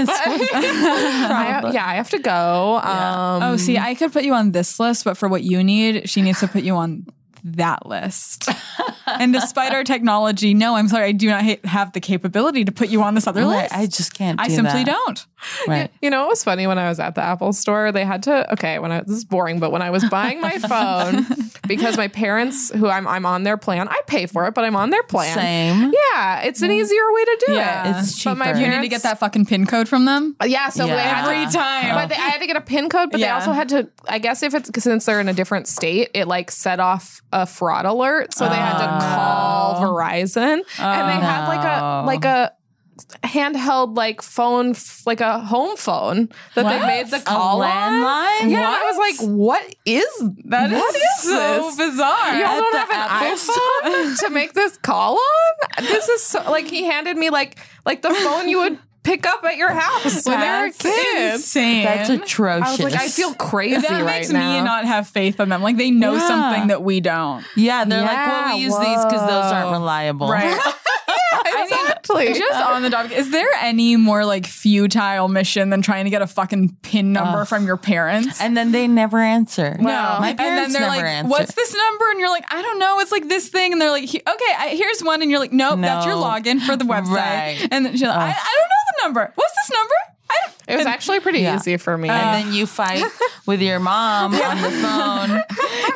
I, yeah, I have to go. Um,
oh, see, I could put you on this list, but for what you need, she needs to put you on that list. and despite our technology, no, I'm sorry, I do not ha- have the capability to put you on this other
Like,
list.
I just can't.
I
do
simply
that.
don't.
Right.
You know, it was funny when I was at the Apple store. They had to okay, when I this is boring, but when I was buying my phone, because my parents, who I'm I'm on their plan, I pay for it, but I'm on their plan.
Same.
Yeah, it's an easier way to do
Mm-hmm. Yeah.
it.
It's
But my
cheaper.
You
parents-
need to get that fucking pin code from them.
Yeah, so
Yeah.
every
Every
time. But they, I had to get a pin code, but they
Yeah.
also had to. I guess if it's 'cause since they're in a different state, it like set off a fraud alert, so they had to
Oh,
call
no.
Verizon, and they had like a
Oh, no.
like a handheld like phone, f- like a home phone that they
What?
made the
A
call on.
landline?
Yeah, and I was like, what is that?
That is so bizarre.
You all
At
don't
the
have an
Apple
iPhone to make this call on? This is so, like he handed me like like the phone you would pick up at your house when they were
That's
kids.
insane.
That's atrocious.
I was like, I feel crazy
that
right
makes
now.
me not have faith in them. Like they know
Yeah.
something that we don't.
Yeah, they're like,
Yeah,
well, we use these because those aren't
whoa.
reliable.
exactly.
Just on the topic, is there any more like futile mission than trying to get a fucking pin number from your parents?
And then they never answer.
Wow.
My
and
parents
then they're
never
like,
answer.
"What's this number?" And you're like, "I don't know. It's like this thing." And they're like, "He- "Okay, I, here's one." And you're like, "Nope, that's your
No.
login for the website."
Right.
And then she's like, I, "I don't know the number. What's this number?" I don't,
it was actually pretty
Yeah.
easy for me.
and then you fight with your mom on the phone,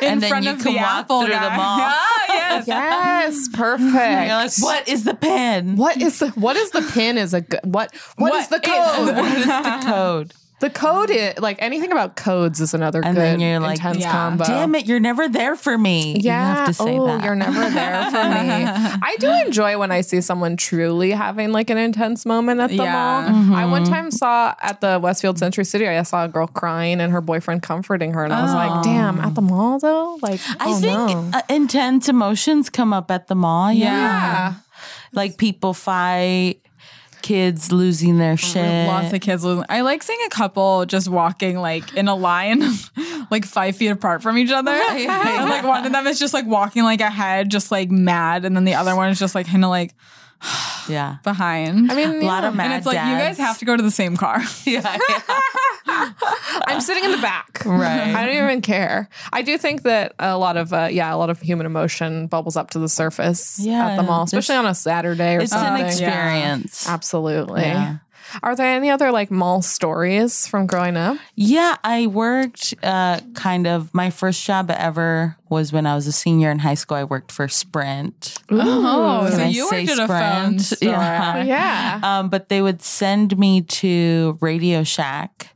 and then
front
you
of
can
the
walk
Apple
through
guy.
the mall.
Ah, yes.
yes, perfect.
And You're like, what is the pin?
What is the what is the pin? Is a good, what what is the
is-
code?
What is the code?
the code is like anything about codes is another
And
good
then you're like,
intense
yeah,
combo.
Damn it, you're never there for me.
Yeah.
You have to say
oh,
that.
you're never there for me. I do enjoy when I see someone truly having like an intense moment at the
Yeah.
mall.
Mm-hmm.
I one time saw at the Westfield Century City, I saw a girl crying and her boyfriend comforting her. And I was like, damn, at the mall though? Like,
Oh. I
oh,
think
no.
uh, intense emotions come up at the mall. Yeah.
Yeah.
Like people fight, kids losing their shit.
Lots of kids. losing- I like seeing a couple just walking like in a line, like five feet apart from each other. And, like one of them is just like walking like ahead, just like mad, and then the other one is just like kind of like
yeah.
behind.
I mean,
A lot of
yeah.
mad
and it's like you guys
dads.
have to go to the same car.
yeah,
I'm sitting in the back.
Right.
I don't even care. I do think that a lot of, uh, yeah, a lot of human emotion bubbles up to the surface at
Yeah,
the mall,
there's-
especially on a Saturday or
It's
something.
an experience.
Absolutely.
Yeah.
Are there any other like mall stories from growing up?
Yeah, I worked uh, kind of my first job ever was when I was a senior in high school. I worked for Sprint.
Oh,
Can
so
I
you
say
worked at a phone
Sprint?
store.
Yeah.
Yeah.
Um, but they would send me to Radio Shack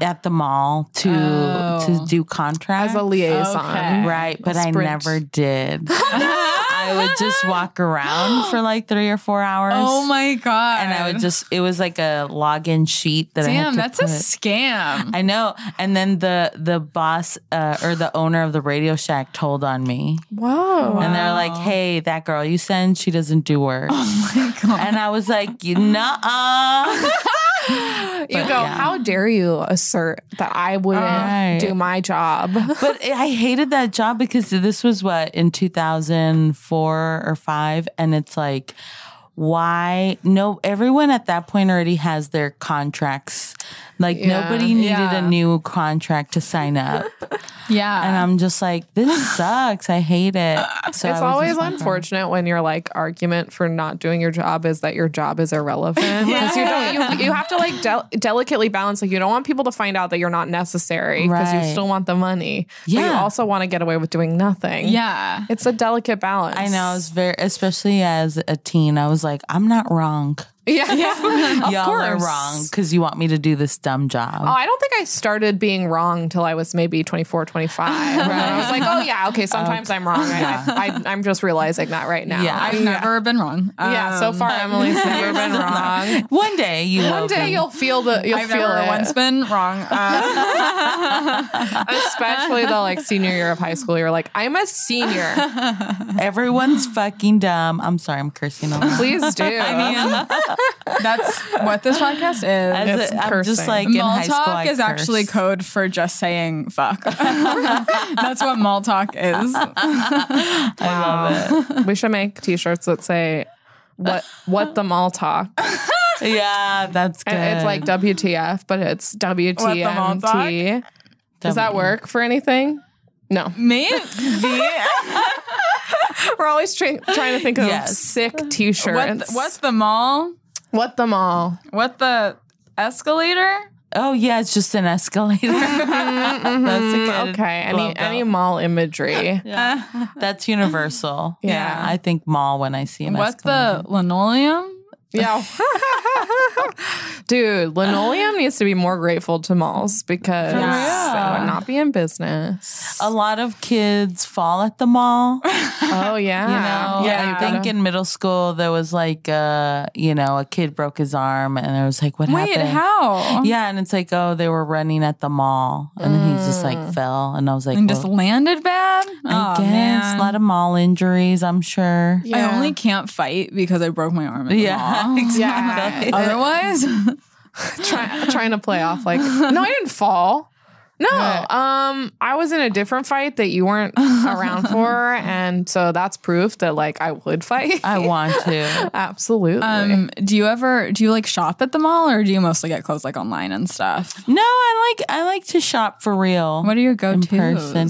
at the mall to
Oh.
to do contracts.
As a liaison.
Okay.
Right, but I
Sprint.
never did. I would just walk around for like three or four hours.
Oh my god!
And I would just it was like a login sheet that I had
damn,
to
that's a
put.
scam.
I know. And then the the boss uh, or the owner of the Radio Shack told on me,
Whoa.
and they're like, "Hey, that girl you send, she doesn't do work." Oh my god! And I was like, "Nuh."
you go,
yeah.
how dare you assert that I wouldn't
Right.
do my job?
but I hated that job because this was what in 2004 or 5 and it's like why no everyone at that point already has their contracts like
Yeah.
nobody needed
Yeah.
a new contract to sign up and
Yeah,
i'm just like this sucks i hate it so
It's always
"Oh."
unfortunate when your like argument for not doing your job is that your job is irrelevant. Because you don't you, you have to like del- delicately balance like you don't want people to find out that you're not necessary because you
Right.
still want the money. But you
Yeah.
also want to get away with doing nothing.
yeah.
It's a delicate balance.
i know i was very especially as a teen i was like i'm not wrong
Yeah. of
Y'all are
course.
wrong because you want me to do this dumb job.
Oh, I don't think I started being wrong till I was maybe 24, 25. And I was like, oh, yeah, okay, sometimes I'm wrong. I, I, I'm just realizing that right now.
Yeah,
I've never been wrong.
yeah, so
Um,
far Emily's never been wrong.
One day you will
One day
be.
you'll feel the you'll
I've
feel
never
it.
once been wrong. Um,
especially the like senior year of high school. You're like, I'm a senior.
Everyone's fucking dumb. I'm sorry, I'm cursing on that.
Please do.
that's what this podcast is.
As
It's
a- I'm just
cursing.
like in
Mall
high school.
talk
I
is actually
cursed.
code for just saying fuck. That's what mall talk is.
Um, we should make T-shirts that say. What what the mall talk?
Yeah, that's good.
And it's like WTF, but it's
mall talk?
WTMT. Does
Um,
that
W-
work for anything? No.
Maybe
We're always tra- trying to think of
Yes.
sick T-shirts.
what the, what's the mall?
what the mall?
What the escalator?
Oh yeah, it's just an escalator. that's a good
Mm-hmm, Okay, any
logo.
any mall imagery? Yeah,
Uh,
That's universal.
Yeah.
I think mall when I see an
What
escalator.
the linoleum?
dude, linoleum needs to be more grateful to malls because
Yeah.
they would not be in business.
a lot of kids fall at the mall.
Oh yeah,
You know,
Yeah.
I think in middle school there was like, uh, you know, a kid broke his arm, and I was like, "What
Wait,
happened?"
how?
Yeah, and it's like, oh, they were running at the mall, and then he just like fell, and I was like,
And just
well,
landed bad?
I
Aw,
guess
man.
a lot of mall injuries, I'm sure.
Yeah.
I only can't fight because I broke my arm. At
Yeah,
The mall.
exactly.
Otherwise,
Try, trying to play off like, no, I didn't fall. No, um, I was in a different fight that you weren't around for, and so that's proof that like I would fight.
I want to.
Absolutely.
um, do you ever do you like shop at the mall or do you mostly get clothes like online and stuff?
No, I like I like to shop for real.
What are your go
in
to
person?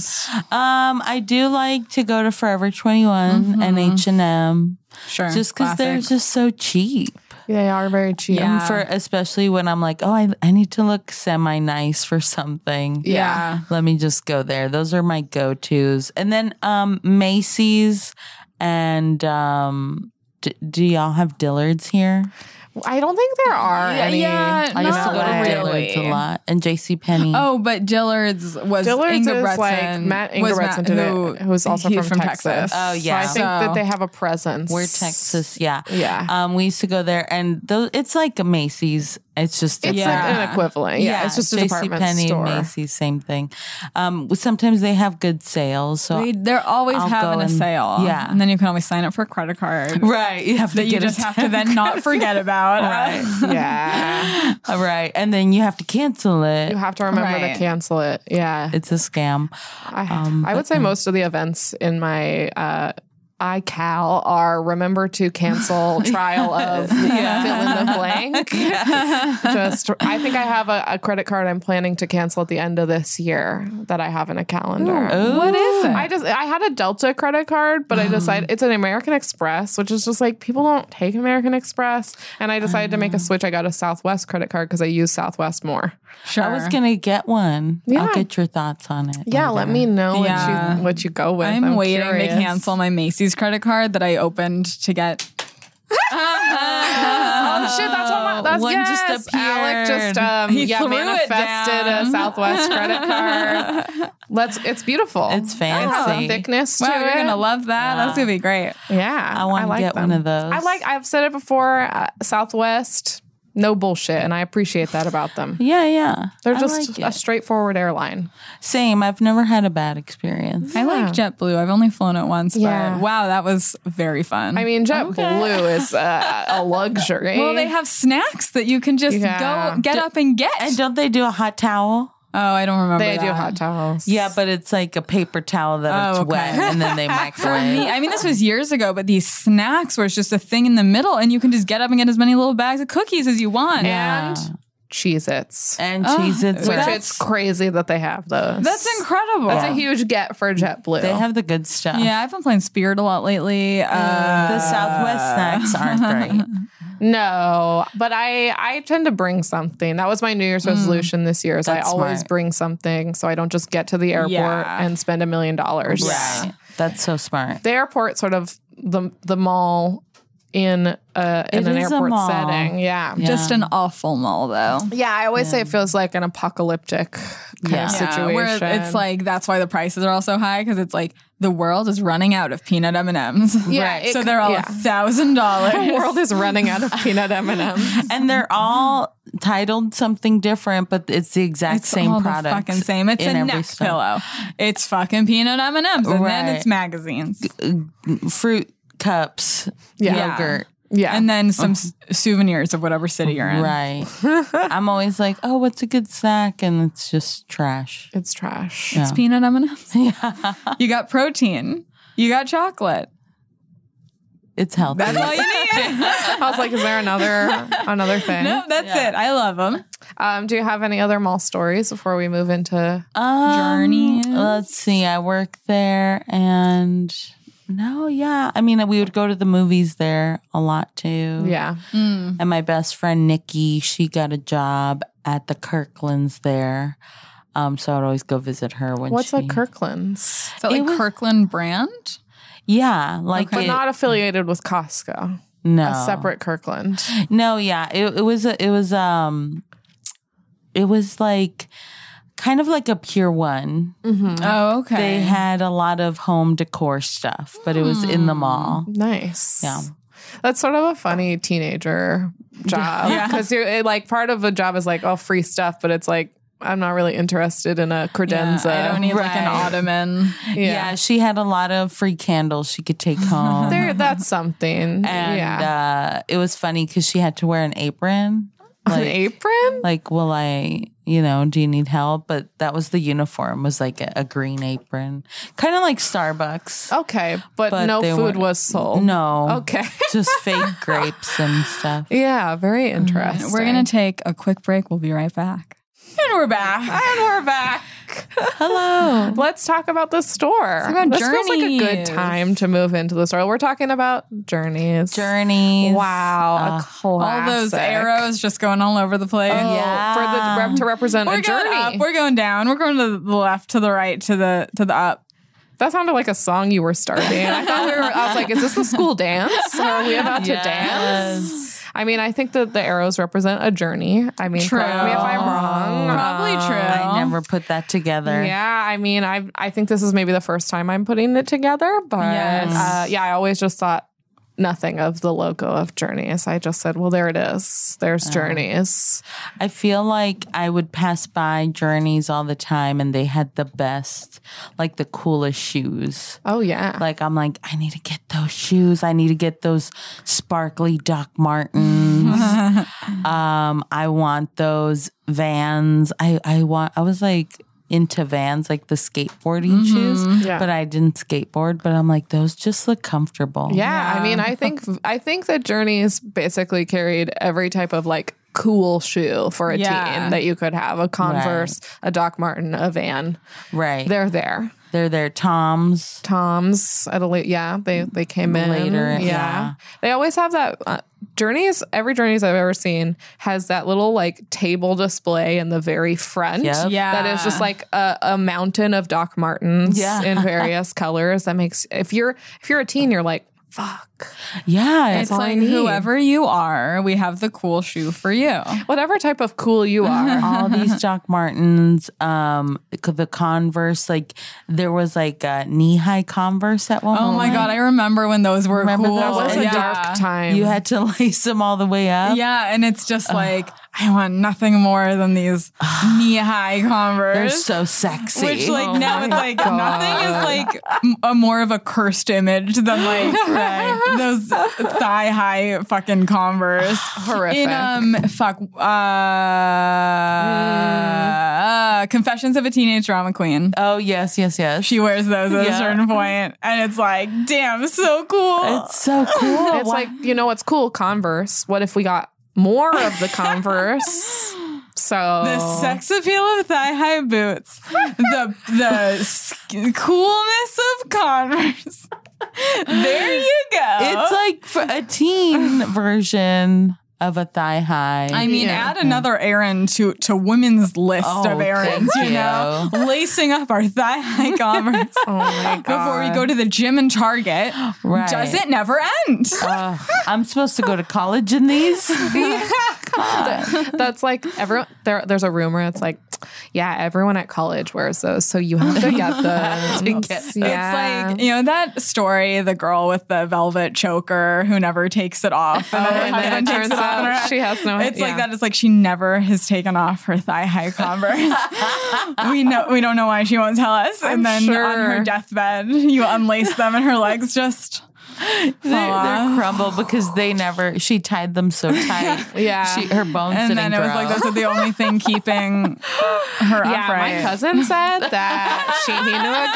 Um, I do like to go to Forever Twenty and H and M,
Mm-hmm. Sure,
just because they're
classic.
just so cheap.
they are very cheap.
Yeah.
And for especially when I'm like, oh, I I need to look semi nice for something.
yeah.
Let me just go there. Those are my go tos. And then um, Macy's and um, d- do y'all have Dillard's here?
I don't think there are
Yeah,
any.
yeah,
I used to
Not
go to
really.
Dillard's a lot and J.C. Penney.
Oh, but Dillard's was
Dillard's
Ingebretson,
is like Matt
was
Ingebrigtsen
Matt-
did
who-
it, who's also
he's
from, Texas.
Oh, yeah.
so I
So-
think that they have a presence.
We're Texas, yeah.
Yeah.
Um, we used to go there, and those, it's like a Macy's. It's just a
It's
Yeah.
like an equivalent. Yeah, it's just a department
JCPenney,
store.
Macy's, same thing. Um, sometimes they have good sales, so
They, they're always
I'll
having
go
a
and-
sale.
yeah.
and then you can always sign up for a credit card.
right. You have to
That you
get a
just have to
tip.
then not forget about.
Right.
Yeah,
All right, and then you have to cancel it.
you have to remember
Right.
to cancel it. Yeah,
it's a scam.
I,
Um,
I would say most of the events in my uh, iCal are remember to cancel trial of fill in the blank. Just, I think I have a, a credit card I'm planning to cancel at the end of this year that I have in a calendar.
oh,
Oh,
What is it?
I just I had a Delta credit card, but I decided it's an American Express, which is just like people don't take American Express. And I decided to make
Oh.
a switch. I got a Southwest credit card because I use Southwest more.
sure.
I was gonna get one.
Yeah.
I'll get your thoughts on it.
Yeah,
later.
let me know
Yeah.
what you what you go with.
I'm, waiting
curious.
to cancel my Macy's credit card that I opened to get.
Oh shit! That's what my that's
one
yes.
just
Alec just
appeared.
um
He
yeah
threw it
manifested
down.
a Southwest credit card. Let's. It's beautiful.
It's
It has a
fancy.
thickness
Wow,
to
you're
it.
gonna love that. That's gonna be great.
yeah,
I want to
like
get
them.
one of those.
I like. I've said it before. Uh, Southwest, no bullshit, and I appreciate that about them.
Yeah, yeah.
They're
I
just
like
a
it.
straightforward airline.
same. I've never had a bad experience.
I like JetBlue. I've only flown it once,
Yeah.
but wow, that was very fun.
I mean, JetBlue is uh, a luxury.
well, they have snacks that you can just
Yeah.
go get up and get.
And don't they do a hot towel?
oh, I don't remember.
They do
that.
hot towels.
Yeah, but it's like a paper towel that
Oh,
it's
okay.
wet and then they microwave.
Me- I mean, this was years ago, but these snacks were just a thing in the middle, and you can just get up and get as many little bags of cookies as you want.
and Cheez Its,
and cheese it's
which
wet.
it's crazy that they have those.
That's incredible.
That's a huge get for JetBlue.
They have the good stuff.
yeah, I've been playing Spirit a lot lately. Uh,
The Southwest snacks aren't great.
no, but I I tend to bring something. That was my New Year's resolution this year. Is I
Mm. That's
always
smart.
bring something so I don't just get to the airport
Yeah.
and spend a million dollars.
Right. That's so smart.
The airport, sort of the the mall in a in
It
an
is a
airport
mall.
setting. Yeah. yeah.
Yeah.
Just an awful mall, though.
I always say it feels like an apocalyptic kind
Yeah.
of situation.
where it's like that's why the prices are all so high because it's like the world is running out of peanut M and M's.
Yeah, it
so
c-
they're all
yeah.
thousand
the
dollars.
world is running out of peanut M&Ms.
And they're all titled something different, but it's the exact same
all the
product.
fucking same. It's
in
a
every
neck
store.
pillow. It's fucking peanut M and M's, and then
Right.
it's magazines,
Fruit cups,
Yeah.
yogurt.
Yeah.
and then some s- souvenirs of whatever city you're in.
uh, uh-huh. Right. I'm always like, oh, what's a good snack? And it's just trash.
it's trash.
It's peanut M and M's. You got protein. You got chocolate.
It's healthy.
That's all you need.
I was like, is there another another thing?
no, that's it. I love them.
Um, do you have any other mall stories before we move into
Um,
Journeys.
Let's see. I work there, and no, yeah. I mean, we would go to the movies there a lot too.
Yeah.
And my best friend Nikki, she got a job at the Kirklands there. Um, so I'd always go visit her when
What's
she.
a Kirkland's?
Is that like
It was-
Kirkland brand?
Yeah, like
But
it- Oh.
not affiliated with Costco.
no
A separate Kirkland.
No, yeah, it, it was a, it was um, it was like kind of like a pure one.
Oh, okay.
They had a lot of home decor stuff, but it was in
Hmm.
the mall.
Nice.
Yeah.
That's sort of a funny teenager job
Yeah.
because you're it, like part of a job is like oh free stuff, but it's like I'm not really interested in a
Yeah,
credenza.
I don't need like an
Right.
ottoman.
Yeah. she had a lot of free candles she could take home.
There, that's something.
and
yeah,
uh, it was funny because she had to wear an apron.
an
uh, Like,
apron.
like, will I, you know, do you need help? But that was the uniform, was like a, a green apron, kind of like Starbucks.
Okay, but,
But
no
they
food
weren't-
was sold.
No.
Oh. Okay.
Just fake grapes and stuff.
Yeah, very interesting.
Uh-huh. We're gonna take a quick break. We'll be right back. And we're back.
and we're back.
Hello.
Let's talk about the store.
about
this feels like a good
journeys.
time to move into the store. We're talking about journeys.
Journeys.
Wow, a
All
classic.
those arrows just going all over the place.
Yeah.
for the rep to represent
We're
a
going
journey.
up. We're going down. We're going to the left, to the right, to the to the up.
that sounded like a song you were starting. I thought we were. I was like, is this the school dance? Are we about to
Yes.
dance? I mean, I think that the arrows represent a journey. I mean, correct me if I'm wrong.
Probably
Um,
true.
I never put that together.
Yeah, I mean, I I think this is maybe the first time I'm putting it together, but
Yes.
uh, yeah, I always just thought nothing of the logo of Journeys. I just said, well, there it is. There's Journeys.
I feel like I would pass by Journeys all the time and they had the best, like the coolest shoes.
Oh yeah,
Like I'm like, I need to get those shoes. I need to get those sparkly Doc Martens. um, I want those vans. I, I want I was like into vans, like the skateboarding shoes.
Yeah.
But I didn't skateboard, but I'm like, those just look comfortable.
yeah. I mean, I think I think that Journeys basically carried every type of like cool shoe for a
Yeah.
teen that you could have a Converse, a Doc Marten, a Van.
Right. They're
They're there.
they're, their Toms.
Tom's at a late, yeah, they they came in
Mm, Later,
Yeah.
yeah.
they always have that. Uh, Journeys, every Journeys I've ever seen has that little like table display in the very front.
Yep.
Yeah.
That is just like a, a mountain of Doc Martens
Yeah.
in various colors. That makes if you're if you're a teen, you're like, fuck.
Yeah.
It's
all I
like
need.
whoever you are, we have the cool shoe for you.
Whatever type of cool you are.
all these Doc Martens, um, c- the Converse, like there was like a knee high Converse at one
Oh my
moment.
god, I remember when those were
Remember
cool.
those?
That was a
yeah.
dark time.
You had to lace them all the way up.
Yeah, and it's just like I want nothing more than these knee high Converse.
They're so sexy.
Which like
Oh
now
my
it's like nothing is like m- a more of a cursed image than like those thigh high fucking Converse.
Horrific.
In um fuck uh, uh, Confessions of a Teenage Drama Queen.
oh yes, yes, yes.
She wears those at a
Yeah.
certain point, and it's like, damn, so cool.
it's so cool.
It's like, you know what's cool? Converse. What if we got more of the Converse? So
the sex appeal of thigh high boots, the the sk- coolness of Converse. There you go.
it's like for a teen version of of a thigh high.
I mean,
Yeah.
add another errand to to women's list
Oh,
of errands.
thank
You know,
you.
lacing up our thigh high commerce
Oh my god.
before we go to the gym and Target.
Right.
Does it never end?
Ugh, I'm supposed to go to college in these.
That's like everyone. There, there's a rumor. It's like, yeah, everyone at college wears those, so you have to get them. yeah.
It's like, you know, that story, the girl with the velvet choker who never takes it off. And
Oh, and then it
takes
turns
it off and
out
her-
she has no-
It's like
yeah.
that. It's like she never has taken off her thigh high Converse. we know we don't know why she won't tell us.
I'm
and then on her
sure.
deathbed, you unlace them and her legs just
they're, they're crumble because they never. She tied them so tight.
Yeah.
she, her bones
and
didn't
then it was
grow.
like that's the only thing keeping her
yeah,
upright.
my cousin said that she he knew a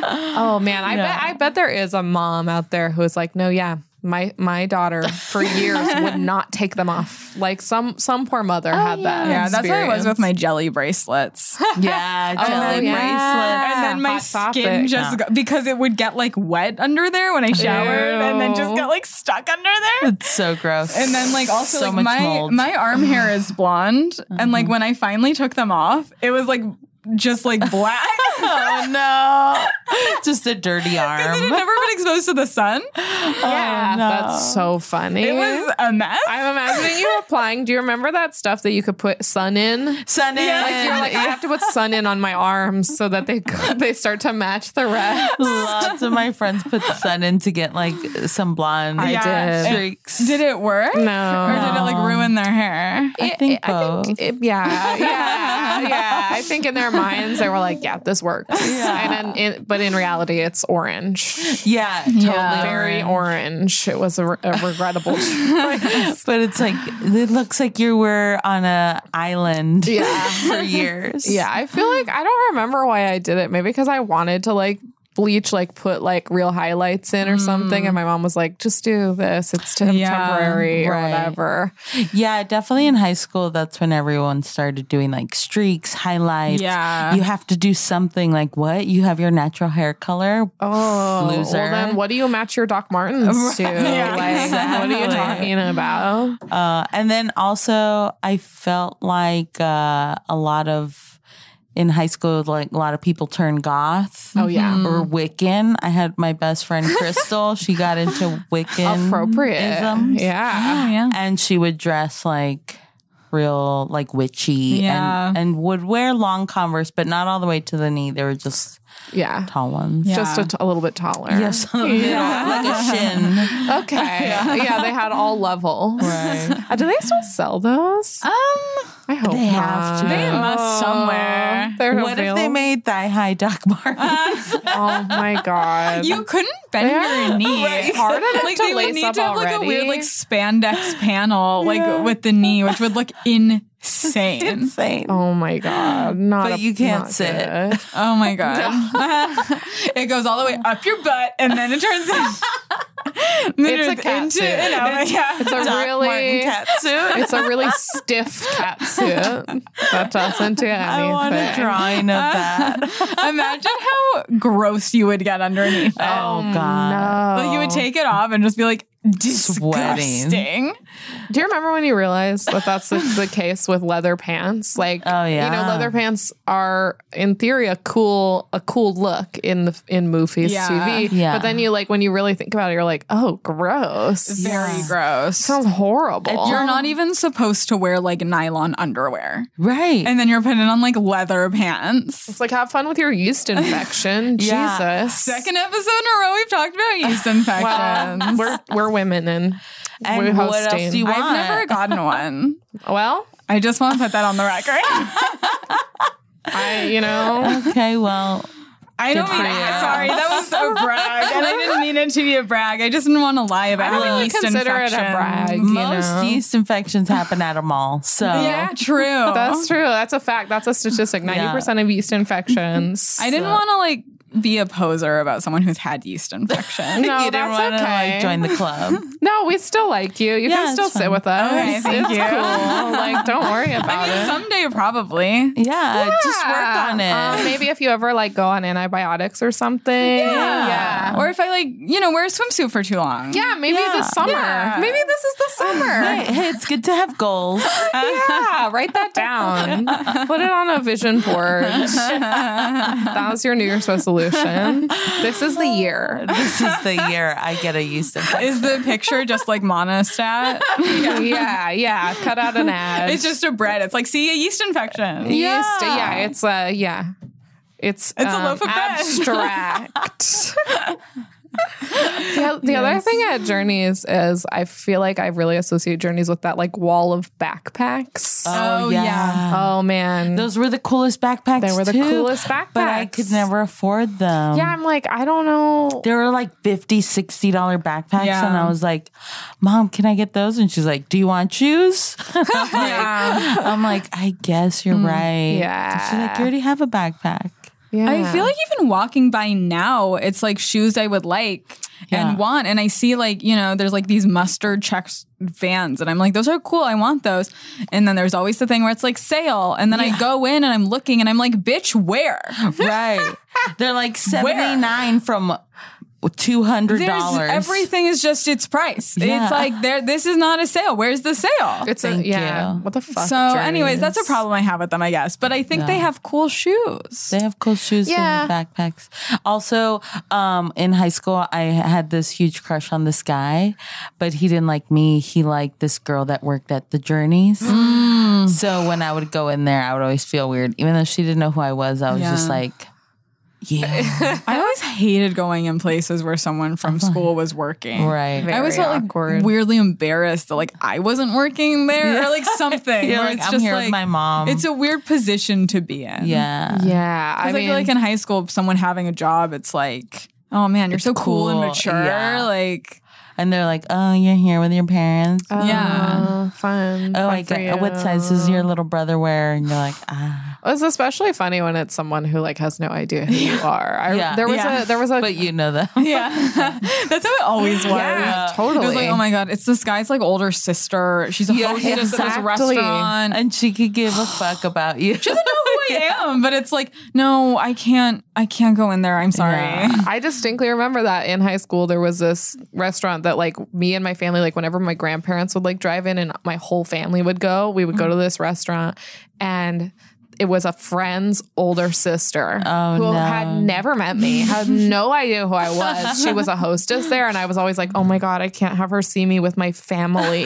guy. Oh man, I bet I bet there is a mom out there who is like, no, yeah, my my daughter for years would not take them off. Like some some poor mother had that.
Oh, Yeah, that's what it was with
experience.
my jelly bracelets.
yeah,
Oh,
jelly
yeah.
bracelets.
and
Ah,
then my
hot topic.
skin just got, because it would get like wet under there when I showered, and then just
Ew.
got like stuck under there.
It's so gross.
And then like also
so
like
much
my
mold. Mm-hmm.
my arm hair is blonde, and like when I finally took them off, it was like just like black.
oh no, just a dirty
It had
arm.
never been exposed to the sun.
yeah,
Oh, no.
that's so funny.
It was a mess.
I'm imagining you applying. Do you remember that stuff that you could put sun in?
Sun in.
Like you're like, "Ah." I have to put sun in on my arms so that they they start to match the rest.
Lots of my friends put sun in to get like some blonde
I
Yeah.
did.
streaks.
did it work?
No.
Or did it like ruin their hair?
I think both.
it- yeah, yeah, yeah. I think in their minds they were like, "Yeah, this works."
Yeah.
And then, in, but in reality, it's orange,
yeah, totally.
very orange.
orange.
It was a, re- a regrettable.
But it's like it looks like you were on a island
Yeah.
for years.
yeah, I feel like I don't remember why I did it. Maybe because I wanted to like bleach, like put like real highlights in or something, and my mom was like, "Just do this. It's tem-
Yeah,
temporary or
right.
whatever."
Yeah, definitely in high school that's when everyone started doing like streaks, highlights.
Yeah.
You have to do something like what? You have your natural hair color?
Oh,
Loser.
Well, then what do you match your Doc Martens to?
Yeah,
like, what are you
exactly.
talking about?
Uh, and then also, I felt like uh, a lot of in high school, like a lot of people turned goth.
Oh, yeah.
Mm-hmm.
or Wiccan. I had my best friend Crystal. she got into Wiccan
Appropriate.
isms.
Yeah.
yeah.
and she would dress like real like witchy
Yeah.
and and would wear long converse but not all the way to the knee they were just
Yeah.
tall ones
Yeah.
Just a, t- a little bit taller.
yes in the middle,
Yeah.
like a shin
Okay. yeah. they had all levels.
right
Uh, do they still sell those?
Um,
I hope
they have to.
not.
They
must somewhere.
They're
what if they
available.
made thigh high doc martens
Oh my god!
You couldn't bend
Yeah.
your knee.
Right. Hard enough
like
to
they would
lace
need
up
to have like a
already.
weird like spandex panel like with the knee, which would look insane.
insane
oh my god! Not.
But
a-
you can't
not
sit.
good.
oh my god! it goes all the way up your butt and then it turns. in, then
It's a cat
into
suit.
and out. yeah.
It's a
Doc Marten
really.
cat suit
It's a really stiff cat suit that doesn't do anything.
I want a drawing of that
Imagine how gross you would get underneath it.
oh god
No.
Like you would take it off and just be like disgusting.
Do you remember when you realized that that's the, the case with leather pants? Like,
Oh, yeah.
you know, leather pants are in theory a cool a cool look in the in movies,
Yeah.
TV.
Yeah.
But then you like when you really think about it, you're like, oh, gross.
Very
Yeah.
gross.
Sounds horrible.
You're not even supposed to wear like nylon underwear.
right
And then you're putting on like leather pants.
it's like have fun with your yeast infection.
Yeah.
Jesus.
Second episode in a row, we've talked about yeast infections.
Well, we're we're women and,
And
we're
what else
hosting.
do you want?
I've never gotten one.
Well,
I just want to put that on the record.
I you know
okay well
I don't
Good
mean,
for you.
sorry, that was so brag. And I didn't mean it to be a brag. I just didn't want to lie about
I don't really
yeast
consider it a
infections.
brag. you
most
know.
yeast infections happen at a mall so
Yeah, Oh. true.
That's true. That's a fact. That's a statistic. Ninety percent of yeast infections.
I didn't want to like be a poser about someone who's had yeast infection.
No,
you didn't
that's
want to
okay.
like join the club.
No, we still like you. You
Yeah,
can still
it's
sit
fine.
with us.
Okay, thank
it's
you.
cool. Like, don't worry about it.
Someday, probably.
Yeah, just work on it.
Uh, Um, maybe if you ever like go on antibiotics or something. Yeah.
Or if I like, you know, wear a swimsuit for too long.
Yeah, maybe
Yeah.
this summer.
Yeah.
Maybe this is the summer.
Hey, it's good to have goals.
yeah, write that down. Put it on a vision board. that was your New Year's resolution. This is the year.
this is the year I get a yeast infection.
Is the picture just like monostat?
Yeah, yeah. Cut out an ad.
it's just a bread. It's like, see a yeast infection.
Yeast.
Yeah.
Yeah. it's uh yeah. It's um,
It's a loaf of bread.
abstract. the the other thing at Journeys is I feel like I really associate Journeys with that like wall of backpacks. Oh,
Oh, yeah.
man.
Uh-huh. Those were the coolest backpacks.
they were the
too,
coolest backpacks.
But I could never afford them.
Yeah, I'm like, I don't know.
They were like 50 60 dollar backpacks
Yeah.
and I was like, "Mom, can I get those?" And she's like, "Do you want shoes?"
Yeah.
I'm like, "I guess
Mm,
you're right."
yeah.
And she's like, "You already have a backpack."
Yeah.
I feel like even walking by now, it's like shoes I would like
Yeah.
and want. And I see like, you know, there's like these mustard checks vans and I'm like, those are cool. I want those. And then there's always the thing where it's like sale. And then I go in and I'm looking and I'm like, bitch, where?
Right. They're like 79 from $200.
There's everything is just its price.
Yeah.
It's like there this is not a sale. Where's the sale?
it's a
Thank
yeah.
you.
What the fuck?
so anyways, that's a
Journeys?
problem I have with them, I guess. But I think they have cool shoes.
They have cool shoes.
Yeah.
They have backpacks. Also, um, in high school, I had this huge crush on this guy, but he didn't like me. He liked this girl that worked at the Journeys.
Mm.
So when I would go in there, I would always feel weird, even though she didn't know who I was. I was just
Yeah.
like, yeah,
I always hated going in places where someone from school was working.
right.
I always
Very
felt like
awkward.
weirdly embarrassed that like I wasn't working there or like something.
You're
where
like,
it's
I'm
just
here
like
with my mom.
it's a weird position to be in.
yeah.
Yeah, I
Because I,
mean,
feel like in high school, someone having a job, it's like, oh man, you're so cool, and
cool.
mature.
Yeah.
Like,
And they're like, oh, you're here with your parents.
oh,
yeah.
fun.
oh,
fun
I
for
got, what
you.
size does your little brother wear? And you're like, ah.
It's especially funny when it's someone who like has no idea who you are. I,
Yeah.
There was
Yeah.
a there was a
But you know them.
yeah, that's how it always was.
yeah, totally.
It was like, oh my god, it's this guy's like older sister. She's a
Yeah,
hostess at
exactly.
this restaurant.
and she could give a fuck about you.
She doesn't know who I am, but it's like, no, I can't, I can't go in there. I'm sorry.
Yeah.
I distinctly remember that in high school there was this restaurant that like me and my family like whenever my grandparents would like drive in and my whole family would go, we would go
Mm-hmm.
to this restaurant and it was a friend's older sister
Oh,
who
no.
had never met me, had no idea who I was. She was a hostess there, and I was always like, "Oh my god, I can't have her see me with my family."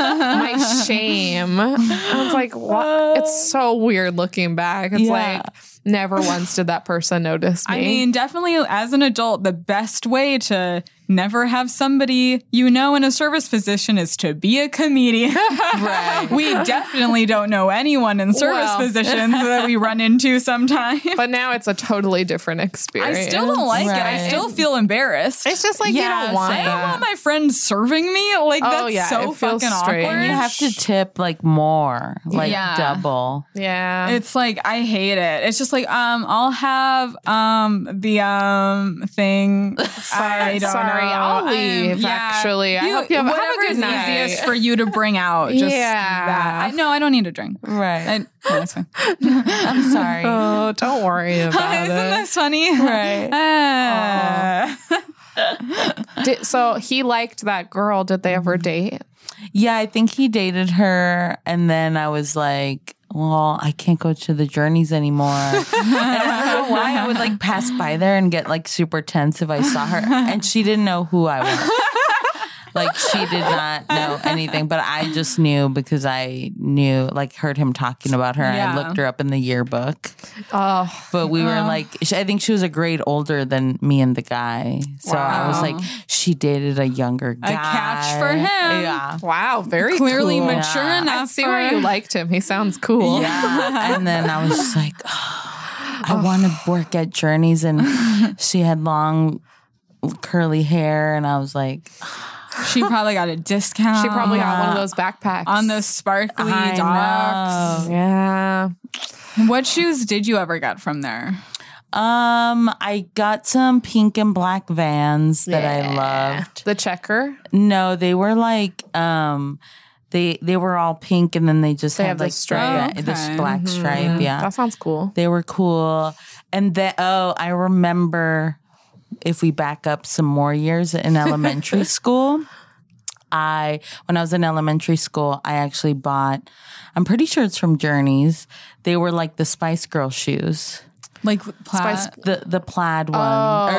my shame. I was like, "What?" It's so weird looking back. It's
Yeah.
like never once did that person notice me.
I mean, definitely as an adult, the best way to never have somebody you know in a service position is to be a comedian.
Right.
we definitely don't know anyone in service
Well.
positions that we run into sometimes.
But now it's a totally different
I
experience.
still don't like it.
Right.
I still feel embarrassed.
It's just like
Yeah,
you don't want
same.
I don't want
that.
my friend serving me. Like
Oh,
that's
yeah,
so
it feels
fucking
strange.
And you
awkward.
have to tip like more, like
Yeah.
double.
Yeah.
It's like I hate it. It's just like um, I'll have um the um thing. I don't
sorry,
know.
I'll
I'm-
leave, actually. I hope you have- have a
whatever
good
is
night.
easiest for you to bring out. Just
Yeah.
that. I, no, I don't need a drink. I,
Right.
no, that's fine.
I'm sorry.
oh, don't worry about
Isn't
it.
this funny?
Right.
Uh,
Did- so he liked that girl. Did they ever date?
Yeah, I think he dated her. And then I was like, well, I can't go to the journeys anymore. and I don't know why I would like pass by there and get like super tense if I saw her. And she didn't know who I was. like she did not know anything, but I just knew because I knew, like, heard him talking about her.
Yeah.
And I looked her up in the yearbook.
Oh,
But we were like, sh- I think she was a grade older than me and the guy. So I was
Wow.
like, she dated a younger guy.
catch for him.
Yeah.
wow. Very
clearly
cool.
mature
Yeah.
enough.
I see
for,
why you liked him. He sounds cool.
Yeah. and then I was just like, oh, I want to work at Journeys. And she had long, curly hair. And I was like,
She probably got a discount.
She probably got one of those backpacks. Oh,
on those sparkly
I
docks.
know.
Yeah.
What shoes did you ever get from there?
Um, I got some pink and black vans that I loved.
The checker.
No, they were like um they they were all pink and then they just
They
had
have the
like
stripe.
the- this
Okay.
black stripe, yeah.
That sounds cool.
They were cool. And then oh, I remember if we back up some more years in elementary school, I when I was in elementary school, I actually bought I'm pretty sure it's from Journeys. They were like the Spice Girl shoes.
Like plaid.
Spice-
The the plaid one.
Oh,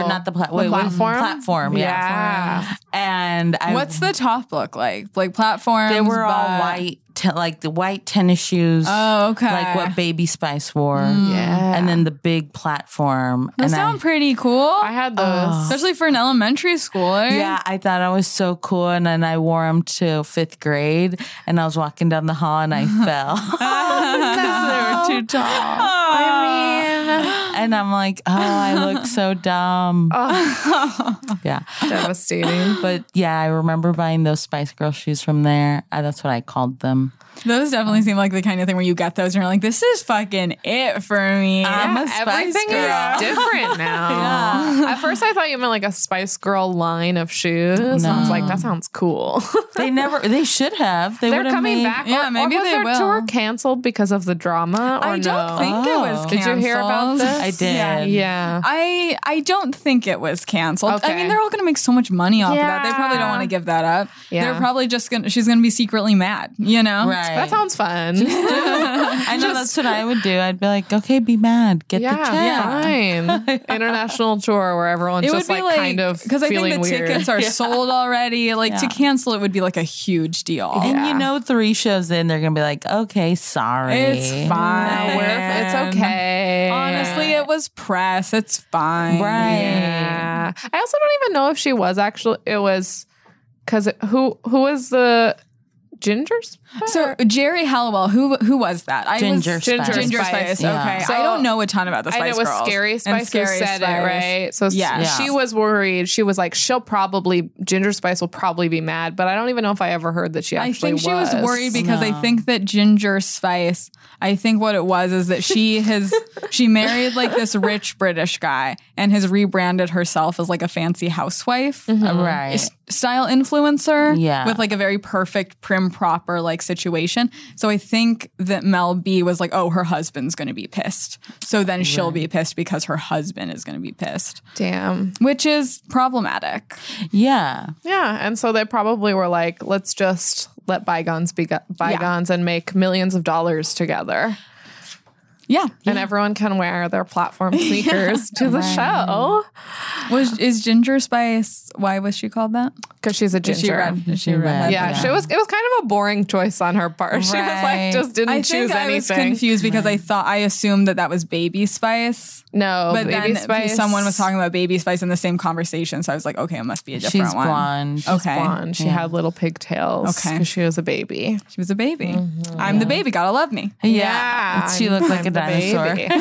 or not the plaid. Wait, wait,
platform?
platform, yeah.
Yeah.
And I
What's the top look like? Like platforms.
they were all
but-
white te- like the white tennis shoes.
Oh, okay.
Like what Baby Spice wore.
Mm.
Yeah.
And then the big platform.
Those
and I-
sound pretty cool.
I had those.
Especially for an elementary eh? schooler.
Yeah, I thought I was so cool, and then I wore them to fifth grade, and I was walking down the hall and I fell because they were too tall.
I
And I'm like, oh, I look so dumb. Yeah,
Oh.
mean, devastating.
but yeah, I remember buying those Spice Girl shoes from there. Uh, that's what I called them.
Those definitely seem like the kind of thing where you get those and you're like, this is fucking it for me.
I'm a Spice
Everything
Girl.
is different now. At first, I thought you meant like a Spice Girl line of shoes. And I was like, that sounds cool.
They never. They should have. They
They're
would have
coming
made,
back.
Yeah,
or,
maybe
or was
they
their
will.
tour canceled because of the drama? Or
I don't
no?
think it was
Oh.
canceled.
Did
you hear about this?
I did.
Yeah.
Yeah.
I I don't think it was canceled. I
Okay.
mean, they're all going to make so much money off of that. They
Yeah.
probably don't want to give that up.
Yeah.
They're probably just going to, she's going to be secretly mad, you know?
Right.
That sounds fun.
I know that's what I would do. I'd be like, okay, be mad, get the check.
Yeah, fine. International tour where everyone's
It
just
would be
like,
like,
kind of
because I think
feeling
the
weird.
tickets are sold already. Like to
Yeah.
cancel it would be like a huge deal.
And
Yeah.
you know, three shows in, they're gonna be like, "Okay, sorry,
It's fine.
Uh, we're- it's okay.
Honestly, it was press. It's fine.
right?"
Yeah. I also don't even know if she was actually. It was because who who was the ginger? Spice?
So Jerry Halliwell, who who was that? I
Ginger
was,
Ginger Spice.
Ginger Spice.
Yeah.
Okay,
So-
I don't know a ton about the Spice
and it was
Girls.
Scary
And
Spice
Scary
who said
Spice.
it, right? So
Yeah.
Yeah.
she was worried. She was like, she'll probably Ginger Spice will probably be mad, but I don't even know if I ever heard that she
I
actually.
think she was worried because I
No.
think that Ginger Spice. I think what it was is that she has she married like this rich British guy and has rebranded herself as like a fancy housewife.
Mm-hmm.
Mm-hmm. right?
s- style influencer
Yeah.
with like a very perfect prim proper like situation so i think that mel b was like oh her husband's gonna be pissed so then she'll be pissed because her husband is gonna be pissed
Damn.
which is problematic
Yeah,
Yeah, and so they probably were like, let's just let bygones be go- bygones and make millions of dollars together.
yeah
And everyone can wear their platform sneakers to the show
was is ginger spice why was she called that
because she's a
Is she
ginger.
red is she red
Yeah, she was. It was kind of a boring choice on her part. She was
Right.
like, just didn't
I
choose
think I was
anything.
confused because I thought I assumed that that was Baby Spice,
No,
but
Oh, baby
then
spice.
someone was talking about Baby Spice in the same conversation, so I was like, okay, it must be a different
she's
one.
blonde.
Okay,
blonde. She had little pigtails
Okay.
'cause she was a baby.
She was a baby. I'm the baby. Gotta love me.
yeah, she looked like
I'm
a
the
dinosaur.
baby.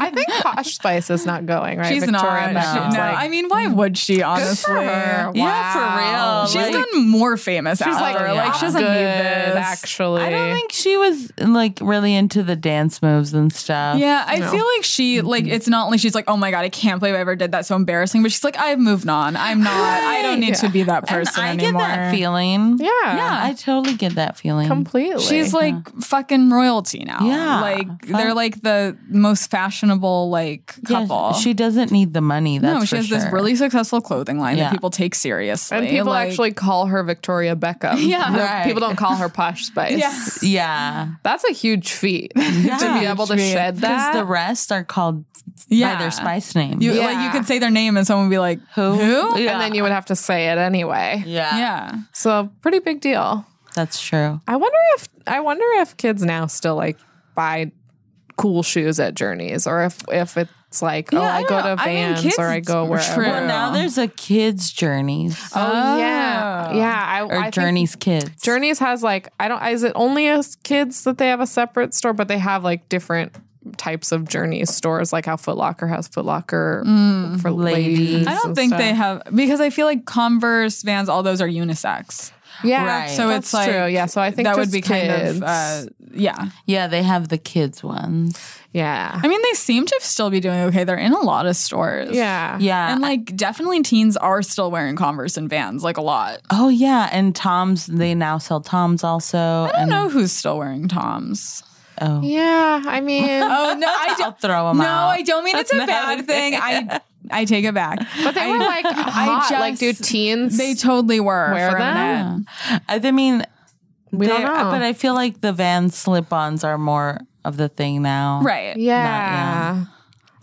I think Posh Spice is not going right.
She's
Victoria
not.
Beckham's
No,
like,
I mean, why would she?
good
Honestly,
for her.
Yeah,
Wow.
for real.
she's
like,
gotten more famous
She's
after.
like,
Like,
yeah,
she doesn't
good,
need this.
Actually,
I don't think she was like really into the dance moves and stuff.
Yeah, I
No.
feel like she like it's not like she's like, oh my god, I can't believe I ever did that. So embarrassing. But she's like, I've moved on. I'm not. I don't need to be that
And
person
I get
anymore.
that feeling.
Yeah.
yeah, I totally get that feeling.
completely.
She's like fucking royalty now.
Yeah.
like
Fuck.
they're like the most fashionable like
Yeah,
couple.
she doesn't need the money. That's
no, she
for
has this
sure.
really successful clothing line
Yeah.
that people take seriously,
and people
Like,
actually call her Victoria Beckham.
Yeah.
No,
Right.
people don't call her Posh Spice.
Yeah.
Yeah.
That's a huge feat to be able to shed
Because
that.
the rest are called by
Yeah.
their spice name.
You,
Yeah.
Like you could say their name and someone would be like,
Who?
Who?
Yeah.
And then you would have to say it anyway.
yeah.
Yeah.
So pretty big deal.
That's true.
I wonder if I wonder if kids now still like buy cool shoes at Journeys or if if it's like oh
Yeah, I
I, go
don't know.
to
I mean,
Vans
kids
or I go
are
wherever.
true.
Well, now
Yeah.
there's a kids' journeys
Oh yeah, yeah. I,
or
I think
journeys kids.
Journeys has like I don't is it only as kids that they have a separate store, but they have like different types of Journeys stores, like how Foot Locker has Foot Locker for
Ladies.
ladies.
Mm, I don't
and
think they
stuff.
have because I feel like Converse, Vans, all those are unisex.
Yeah,
Right.
So
that's
it's like
true. Yeah, so I think
that would
just
be
kids.
kind of uh, yeah.
yeah, they have the kids ones.
yeah,
I mean, they seem to still be doing okay. They're in a lot of stores.
yeah,
Yeah.
And like definitely teens are still wearing Converse and Vans like a lot.
oh yeah, and Tom's. They now sell Tom's also.
I don't
and
know who's still wearing Toms.
Oh,
Yeah, I mean,
Oh no, I
I'll
don't.
throw them
No,
out.
I don't mean it's a
That's not
bad thing. I I take it back.
but they were like hot. like, do
just-
teens?
They totally were.
Wear
for a
them?
minute.
Yeah. I th- mean,
we don't
they're-
know.
but I feel like the van slip-ons are more of the thing now.
Right.
yeah.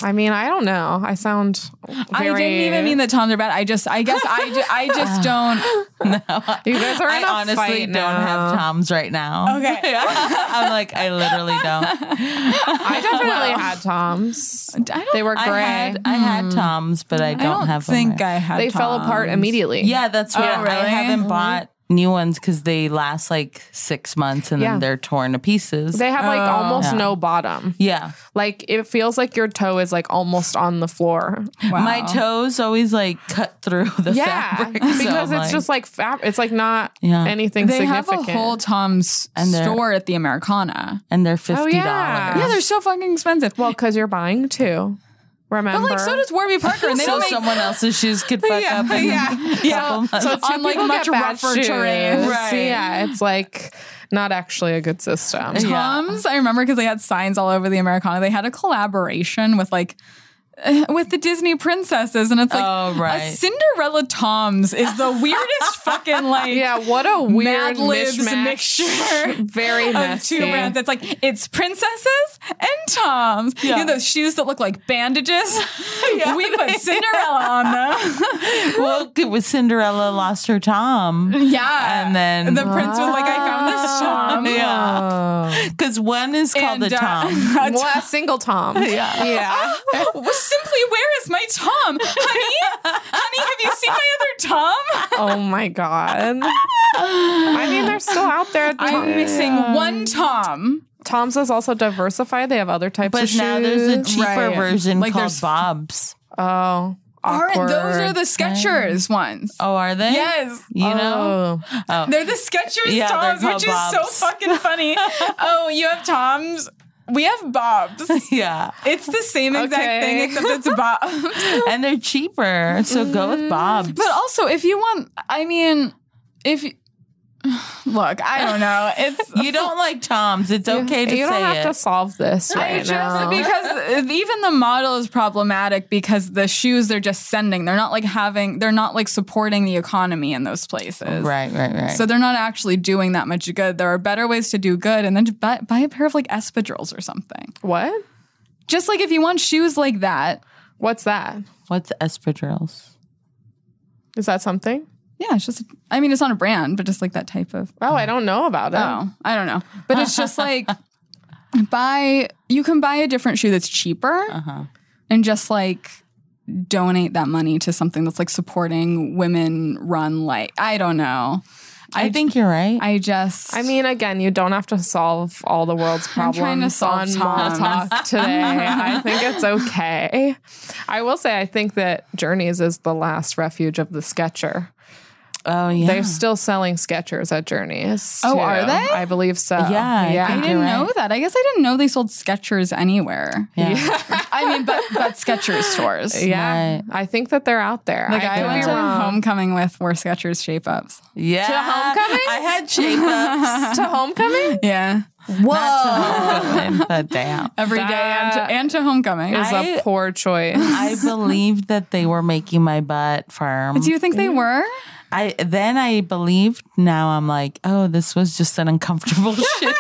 I mean, I don't know. I sound.
I
very-
didn't even mean that Tom's are bad. I just, I guess, I, ju- I just don't.
No,
You guys are in
I
a
honestly
fight
don't
now.
have toms right now.
Okay.
I'm like, I literally don't.
I definitely had toms.
I don't.
They were gray.
I had I had toms, but I don't,
I don't
have them
think
right-
I had.
they fell
Toms.
apart immediately.
Yeah, that's what
Oh,
I
really?
haven't bought new ones because they last like six months and
Yeah.
then they're torn to pieces.
They have like
Oh.
almost
Yeah.
no bottom.
yeah.
Like it feels like your toe is like almost on the floor.
Wow.
My toes always like cut through the
Yeah,
fabric. so
because
I'm
it's
like-
just like fab- it's like not
Yeah.
anything
They have a
significant.
whole Tom's
And they're-
store at the Americana.
and they're fifty dollars.
yeah.
Oh, Yeah, they're so fucking expensive.
well, because you're buying two. Remember,
but like, so does Warby Parker, and they
so
don't make.
someone else's shoes could fuck
yeah,
up. And
yeah, yeah.
so two
on, like,
people
Uh, much
get bad
rougher
shoes.
terrain. Right.
Yeah, it's like not actually a good system.
Tom's, I remember because they had signs all over the Americana. They had a collaboration with like eh, with the Disney princesses, and it's like
Oh, right.
a Cinderella Tom's is the weirdest fucking like
Yeah, what a weird
Mad Libs
mishmash.
mixture
Very
of
messy.
two brands. It's like it's princesses and Tom's. You know those shoes that look like bandages. we put Cinderella on them.
well, it was Cinderella lost her Tom
yeah, Ah.
And then-
the prince was like, "I found this Tom."
Yeah.
because one is called
Oh. And,
a
uh,
Tom.
a
Well, a single Tom. Yeah. Yeah.
Well, simply, where is my Tom? Honey, honey, have you seen my other Tom?
Oh my God. I mean, they're still out there.
I'm
Tom-
missing one Tom.
Tom's is also diversified. They have other types
But
of shoes.
now there's a cheaper
Right.
version
Like,
called
there's-
Bob's.
oh,
Aren't
awkward.
those are the Skechers ones?
Oh, are they?
Yes.
You know?
Oh.
They're the Skechers
Yeah, they're
Toms, which
called
is so
Bobs.
fucking funny. oh, you have Toms. We have Bobs.
Yeah.
It's the same exact
Okay.
thing, except it's Bobs.
And they're cheaper. So go with Bob's.
Mm-hmm. but also, if you want, I mean, if look, I don't know. It's
you don't like Tom's. It's okay to
you
say
don't have
it.
to solve this
I
right
just
now.
because even the model is problematic because the shoes they're just sending, they're not like having, they're not like supporting the economy in those places.
right, right, right.
So they're not actually doing that much good. There are better ways to do good, and then just buy, buy a pair of like espadrilles or something.
what?
Just like if you want shoes like that,
What's that?
What's espadrilles?
Is that something?
yeah, it's just. I mean, it's not a brand, but just like that type of.
Oh, I don't know about it.
Oh, I don't know, but it's just like buy. You can buy a different shoe that's cheaper,
Uh-huh.
and just like donate that money to something that's like supporting women run like I don't know.
I, think you're right.
I just
I mean, again, you don't have to solve all the world's
I'm
problems
trying to solve
on
Tom's.
Mall Talk today. I think it's okay. I will say, I think that Journeys is the last refuge of the Sketcher.
oh, yeah.
They're still selling Skechers at Journeys.
Oh, are they?
I believe so.
Yeah, I
I
yeah.
think-
didn't
You're right.
know that. I guess I didn't know they sold Skechers anywhere.
yeah.
I mean, but but Skechers stores.
Yeah,
Right.
I think that they're out there.
Like
I
I
could
went
be
to
wrong.
homecoming with wore Skechers shape ups.
Yeah.
To homecoming?
I had shape ups.
to homecoming.
Yeah,
Whoa. but damn.
every day and to,
That
and to homecoming.
Is a
I-
poor choice.
I believed that they were making my butt firm.
Do you think they were?
I then I believed. Now I'm like, oh, this was just an uncomfortable shoe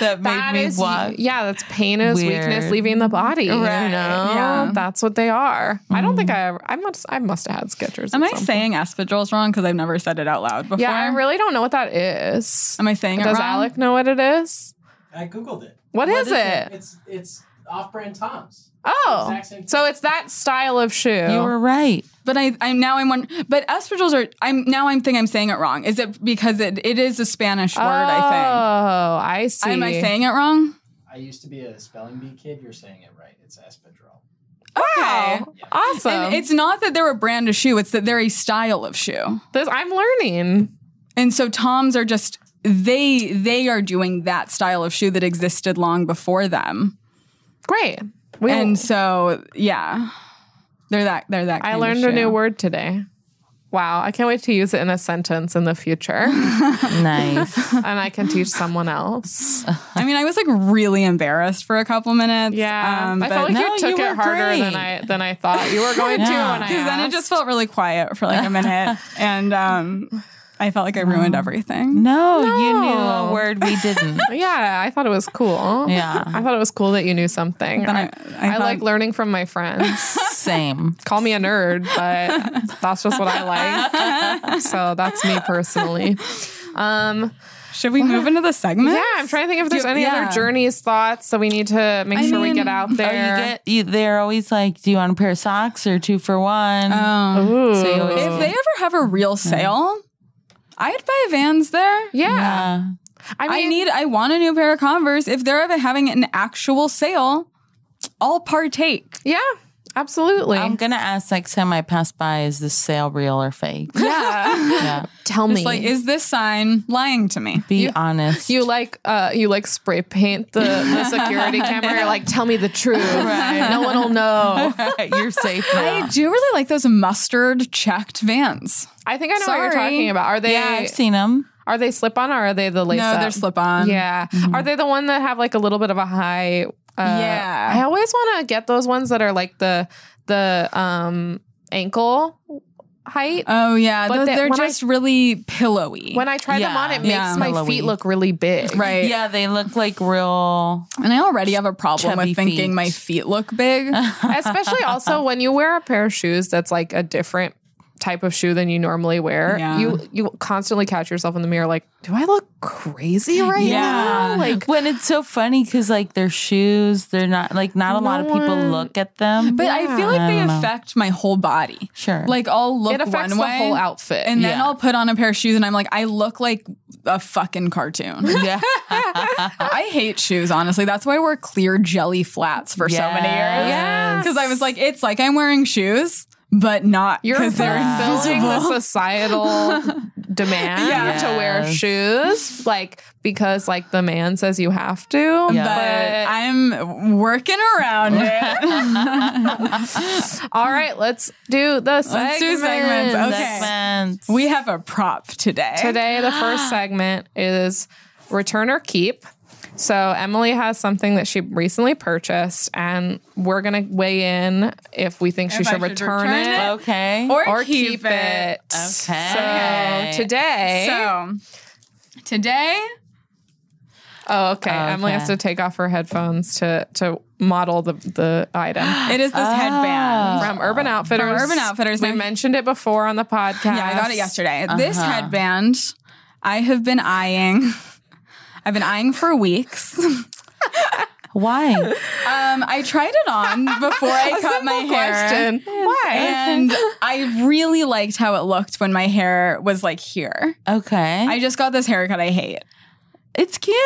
that made
That
me
is-
walk.
Yeah, that's pain is weakness
Weird.
leaving the body. You know,
Right,
yeah. Mm.
that's what they are. I don't think I ever. I must. I must have had Skechers.
Am
at
I
some-
saying espadrilles wrong? Because I've never said it out loud before.
Yeah, I really don't know what that is.
Am I saying it
Does
wrong?
Alec know what it is?
I googled it.
what is,
is
it?
It's it's off-brand Toms.
Oh,
Exact same
so it's that style of shoe.
You were right.
But I, I'm now I'm one. But espadrilles are. I'm now I'm think I'm saying it wrong. Is it because it, it is a Spanish
oh,
word? I
I see.
think. Am I saying it wrong?
I used to be a spelling bee kid. You're saying it right. It's espadrille.
Wow,
Okay.
awesome.
And it's not that they're a brand of shoe. It's that they're a style of shoe.
this, I'm learning.
And so Toms are just they they are doing that style of shoe that existed long before them.
Great. We,
And so yeah. They're that they're that
I
kind of
learned a
shoe.
new word today. Wow, I can't wait to use it in a sentence in the future,
Nice.
and I can teach someone else.
I mean, I was like really embarrassed for a couple minutes.
Yeah,
um,
I
but
felt like
No,
you
you
took
were
it harder than
great.
I than I thought you were going to.
Yeah.
When I
because then it just
asked.
felt really quiet for like a minute, and um, I felt like I ruined everything.
No, you knew
No.
a word we didn't.
yeah, I thought it was cool.
Yeah.
I thought it was cool that you knew something.
Then
I,
I- I
I
thought-
like learning from my friends.
Same.
Call me a nerd, but that's just what I like. So that's me personally. Um,
Should we move into the segment?
yeah, I'm trying to think if there's
Do-
any
yeah.
other journeys, thoughts. So we need to make
I
sure we
mean,
get out
Oh, you
there.
get, you, they're always like, do you want a pair of socks or two for one?
Um,
Ooh.
So you always-
if they ever have a real sale, I'd buy Vans there.
yeah.
yeah.
I mean,
I need, I want a new pair of Converse. If they're ever having an actual sale, I'll partake.
yeah, absolutely.
Um,
I'm going to ask next time I pass by, is this sale real or fake?
Yeah.
yeah.
Tell
It's
me.
like, is this sign lying to me?
Be honest.
you like uh, you like spray paint the, the security camera. You're like, tell me the truth. No one will know.
You're safe
I
now.
do really like those mustard checked Vans.
I think I know what you're
Sorry.
talking about. Are they
yeah, I've seen them.
Are they slip on or are they the lace
no,
up?
they're slip on.
uh, Yeah. Are they the one that have like a little bit of a high? Uh,
Yeah.
I always want to get those ones that are like the the um ankle height.
Oh yeah,
But
those-
that-
they're
when I-
just really pillowy.
when I try them on, it
yeah.
makes my
Pillowy.
feet look really big.
right.
Yeah, they look like real.
And I already have a problem
Chubby
with thinking
feet.
my feet look big.
Uh, Especially also when you wear a pair of shoes that's like a different type of shoe than you normally wear.
Yeah.
You you constantly catch yourself in the mirror like, do I look crazy right
Yeah.
now? Like
When it's so funny because like their shoes, they're not like not a lot of
No
people
one-
look at them.
but I feel like they
I don't know.
affect my whole body.
sure,
Like I'll look
it
one
affects the
way,
whole outfit.
and then
Yeah.
I'll put on a pair of shoes, and I'm like, I look like a fucking cartoon.
yeah,
I hate shoes, honestly. That's why I wear clear jelly flats for so many years.
Yeah.
because I was like, it's like I'm wearing shoes, but not
You're
because they're
fulfilling the
invisible.
societal demand
Yeah.
to wear
Yes.
shoes, like because like the man says you have to.
Yeah.
But I'm working around it.
But all right, let's do the segment.
Let's do segments. Okay.
Segments.
we have a prop today.
Today, the first segment is return or keep. So Emily has something that she recently purchased, and we're gonna weigh in if we think she
If I
should
should
return,
return
it,
it
okay.
Or,
or
keep,
keep,
it.
it.
Okay.
So today,
So today,
Oh, okay.
Oh,
Emily
okay.
has to take off her headphones to to model the the item
it is this headband.
from Urban Outfitters.
Urban Outfitters.
We
Now-
mentioned it before on the podcast.
Yeah, I got it yesterday.
Uh-huh.
This headband, I have been eyeing. I've been eyeing for weeks.
Why?
Um, I tried it on before I cut my hair.
Question. Why?
And I really liked how it looked when my hair was like here.
Okay,
I just got this haircut I hate,
it's cute.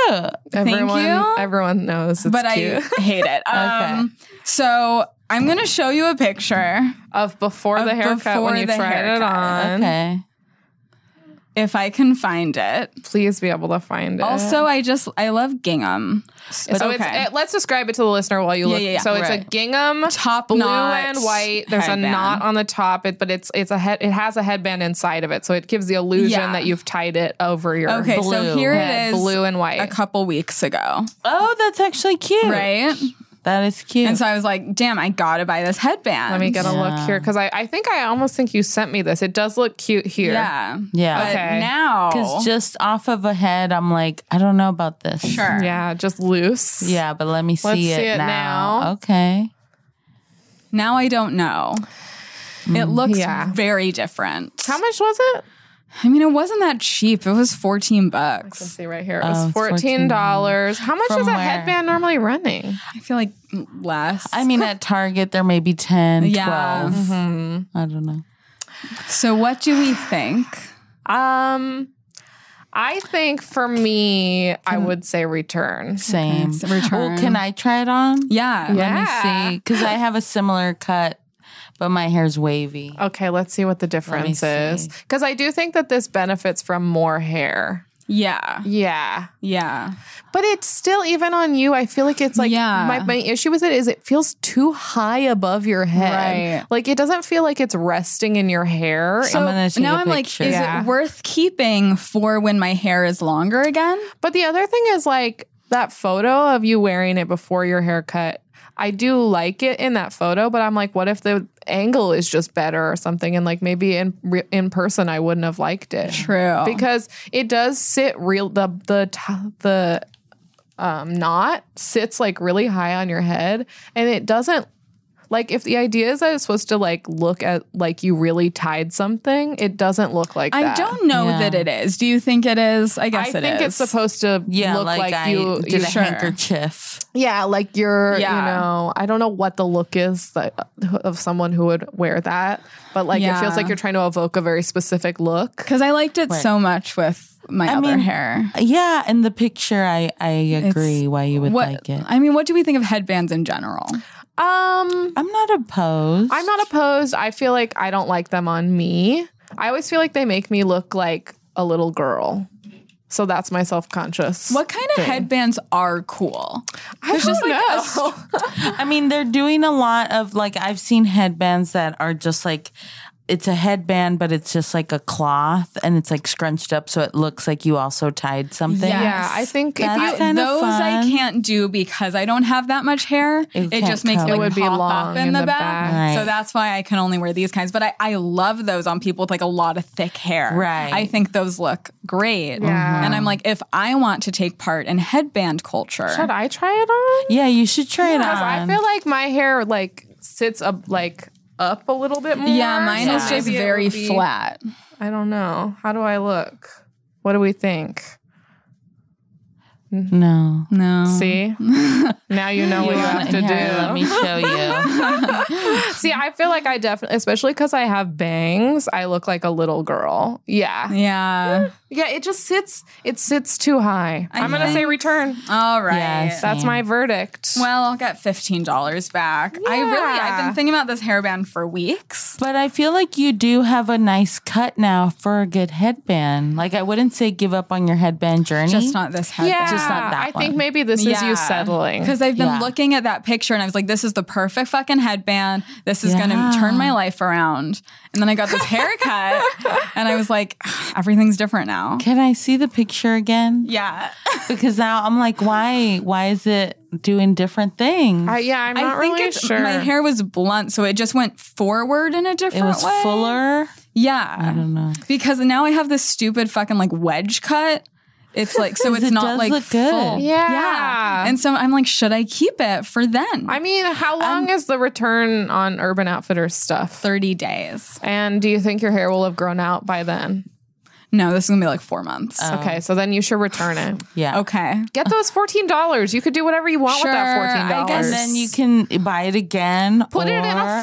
thank
everyone,
you.
everyone knows it's
but
cute.
I hate it. Um, So I'm going to show you a picture
of before
Of
the haircut
before
when you
the
tried it
haircut.
on.
Okay,
if I can find it.
Please be able to find it.
Also, I just, I love gingham.
so it's,
okay.
it, let's describe it to the listener while you
Yeah,
look.
yeah, yeah.
So it's a
Right.
gingham
Top
blue
knot
and white. There's a
headband.
knot on the top, it, but it's it's a head. It has a headband inside of it, so it gives the illusion
Yeah.
that you've tied it over your
Okay,
Blue.
so here
head,
it is.
blue and
A
white.
couple weeks ago,
Oh, that's actually cute.
right?
That is cute.
And so I was like, damn, I gotta buy this headband.
Let me get a look
Yeah.
here because I, I think I almost think you sent me this. It does look cute here.
Yeah. But
yeah.
Okay.
now.
Because just off of a head, I'm like, I don't know about this.
sure.
Yeah, just loose.
Yeah, but let me see,
see
it,
it
now.
now.
Okay.
Now I don't know. It looks
Yeah.
very different.
How much was it?
I mean, it wasn't that cheap. It was 14
Let's
bucks.
see right here. It
Oh,
was
it's
fourteen dollars. How much
From
is a
where?
headband normally running?
I feel like less.
I mean, at Target, there may be 10,
Yeah.
12. I don't know.
so what do we think?
Um, I think for me, I would say return.
Same.
It's a return.
Oh, can I try it on?
Yeah.
Yeah.
Let me see. Because I have a similar cut, but my hair's wavy.
Okay, let's see what the difference is.
see.
Because I do think that this benefits from more hair.
Yeah.
Yeah.
Yeah.
But it's still even on you. I feel like it's like
Yeah.
my, my issue with it is it feels too high above your head.
Right.
Like it doesn't feel like it's resting in your hair.
So- I'm gonna take
now
a
I'm like,
picture.
is
Yeah.
it worth keeping for when my hair is longer again?
but the other thing is like that photo of you wearing it before your haircut. I do like it in that photo, but I'm like, what if the angle is just better or something? And like maybe in re- in person, I wouldn't have liked it.
True.
because it does sit real the the t- the um knot sits like really high on your head and it doesn't like if the idea is that it's supposed to like look at like you really tied something it doesn't look like
I
that.
don't know
Yeah.
that it is. Do you think it is? I
I
guess it
think it's
is.
supposed to
Yeah,
look
like,
like,
I
you,
did
you
a
sure.
handkerchief.
yeah like you're
Yeah.
you know I don't know what the look is that, of someone who would wear that but like it
Yeah.
feels like you're trying to evoke a very specific look
Because I liked it
Right.
so much with my
I
other
mean,
hair.
Yeah, in the picture, I I agree why you would
what,
like it.
I mean, what do we think of headbands in general?
um
I'm not opposed.
I'm not opposed. I feel like I don't like them on me. I always feel like they make me look like a little girl. So that's my self conscious.
What kind of headbands are cool?
I don't
just, like, a
know.
I mean, they're doing a lot of like I've seen headbands that are just like it's a headband, but it's just like a cloth and it's like scrunched up, so it looks like you also tied something.
Yeah.
yeah, I think if
That's
you
kind of
Those I
fun.
can't do because I don't have that much hair. It,
can't
just makes
cover.
it, like,
It
would be
pop
long
up in, the, back.
Right.
So that's why I can only wear these kinds. But I, I love those on people with like a lot of thick hair.
Right. Mm-hmm.
I think those look great.
Yeah.
And I'm like, if I want to take part in headband culture,
should I try it on?
Yeah, you should try it
Because
on.
I feel like my hair like sits up like up a little bit more.
yeah, mine
so
is just
maybe it
very
would be-
flat.
I don't know. How do I look? What do we think?
no.
No.
See, now you know what you have to do.
Here, let me show you.
See, I feel like I definitely, especially because I have bangs, I look like a little girl. Yeah.
Yeah.
Yeah, it just sits, it sits too high.
I
I am going to say
think-
return.
All right.
Yes.
That's
Same.
my verdict.
Well, I'll get fifteen dollars back. I really, I've
Yeah.
been thinking about this hairband for weeks.
But I feel like you do have a nice cut now for a good headband. Like I wouldn't say give up on your headband journey.
Just not this headband.
yeah,
just not that
I think
one.
maybe this is you settling.
Because I've been
Yeah.
looking at that picture and I was like, this is the perfect fucking headband. This is going
Yeah.
to turn my life around. And then I got this haircut and I was like, everything's different now.
Can I see the picture again?
Yeah.
Because now I'm like, why? Why is it doing different things?
I, yeah, I'm not
I think
really
it's
sure.
my hair was blunt, so it just went forward in a
it
different
was
way.
fuller.
Yeah.
I don't know.
Because now I have this stupid fucking like wedge cut. It's like so it's
It
not
does
like
look good.
full.
Yeah.
And so I'm like, should I keep it for then?
I mean, how long is the return on Urban Outfitters stuff?
30 days.
And do you think your hair will have grown out by then?
No, this is gonna be like four months.
Okay, so then you should return it.
Yeah.
okay.
Get those $14. You could do whatever you want with
Sure,
that $14.
I guess
And then you can buy it again.
Put it in a
or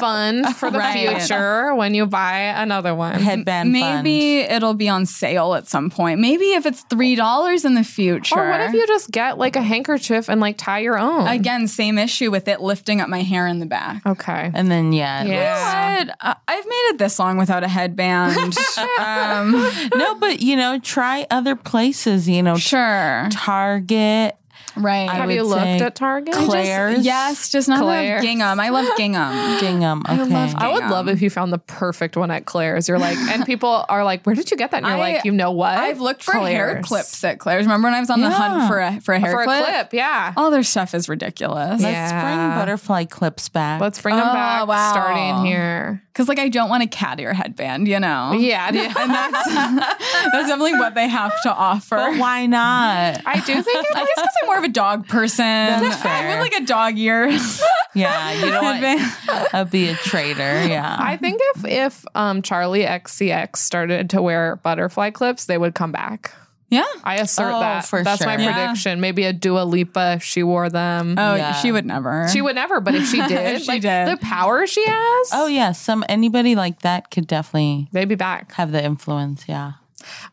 fund for the
Right.
future when you buy another one.
headband. fund.
Maybe it'll be on sale at some point. Maybe if it's three dollars in the future.
Or what if you just get like a handkerchief and like tie your own?
again same issue with it lifting up my hair in the back?
okay.
And then yeah. it
Yeah.
But uh, I've made it this long without a headband. um,
looks- No, but you know, try other places. You know,
sure,
Target.
right?
I
Have
would
you looked
say
at Target?
Claire's.
yes, just not enough
Claire's.
gingham. I love gingham.
Gingham. Okay.
love
I would love if you found the perfect one at Claire's. You're like, and people are like, where did you get that? And you're
I-
like, you know what?
I've looked for hair
Claire's."
clips at Claire's. Remember when I was on the hunt
Yeah.
for a for a hair
For a
clip? Oh.
clip, yeah.
All their stuff is ridiculous.
Yeah.
Let's bring butterfly clips back.
Let's bring them
Oh,
back
wow.
starting here.
Because like I don't want a cat ear headband, you know.
Yeah. do you-
and that's that's definitely what they have to offer.
But why not?
I do think
I guess because I'm more of a dog person. I
fair.
would like a dog ears.
yeah, you don't
headband.
want to be a traitor. Yeah.
Mm-hmm.
I think if if um, Charlie XCX started to wear butterfly clips, they would come back.
yeah.
I assert
Oh,
that.
for
That's my
sure. Yeah.
prediction. Maybe a Dua Lipa if she wore them.
Oh,
Yeah.
she would never.
She would never, but if she did,
If she
like,
did.
the power she has,
oh yeah, some anybody like that could definitely
they'd be back.
have the influence. Yeah.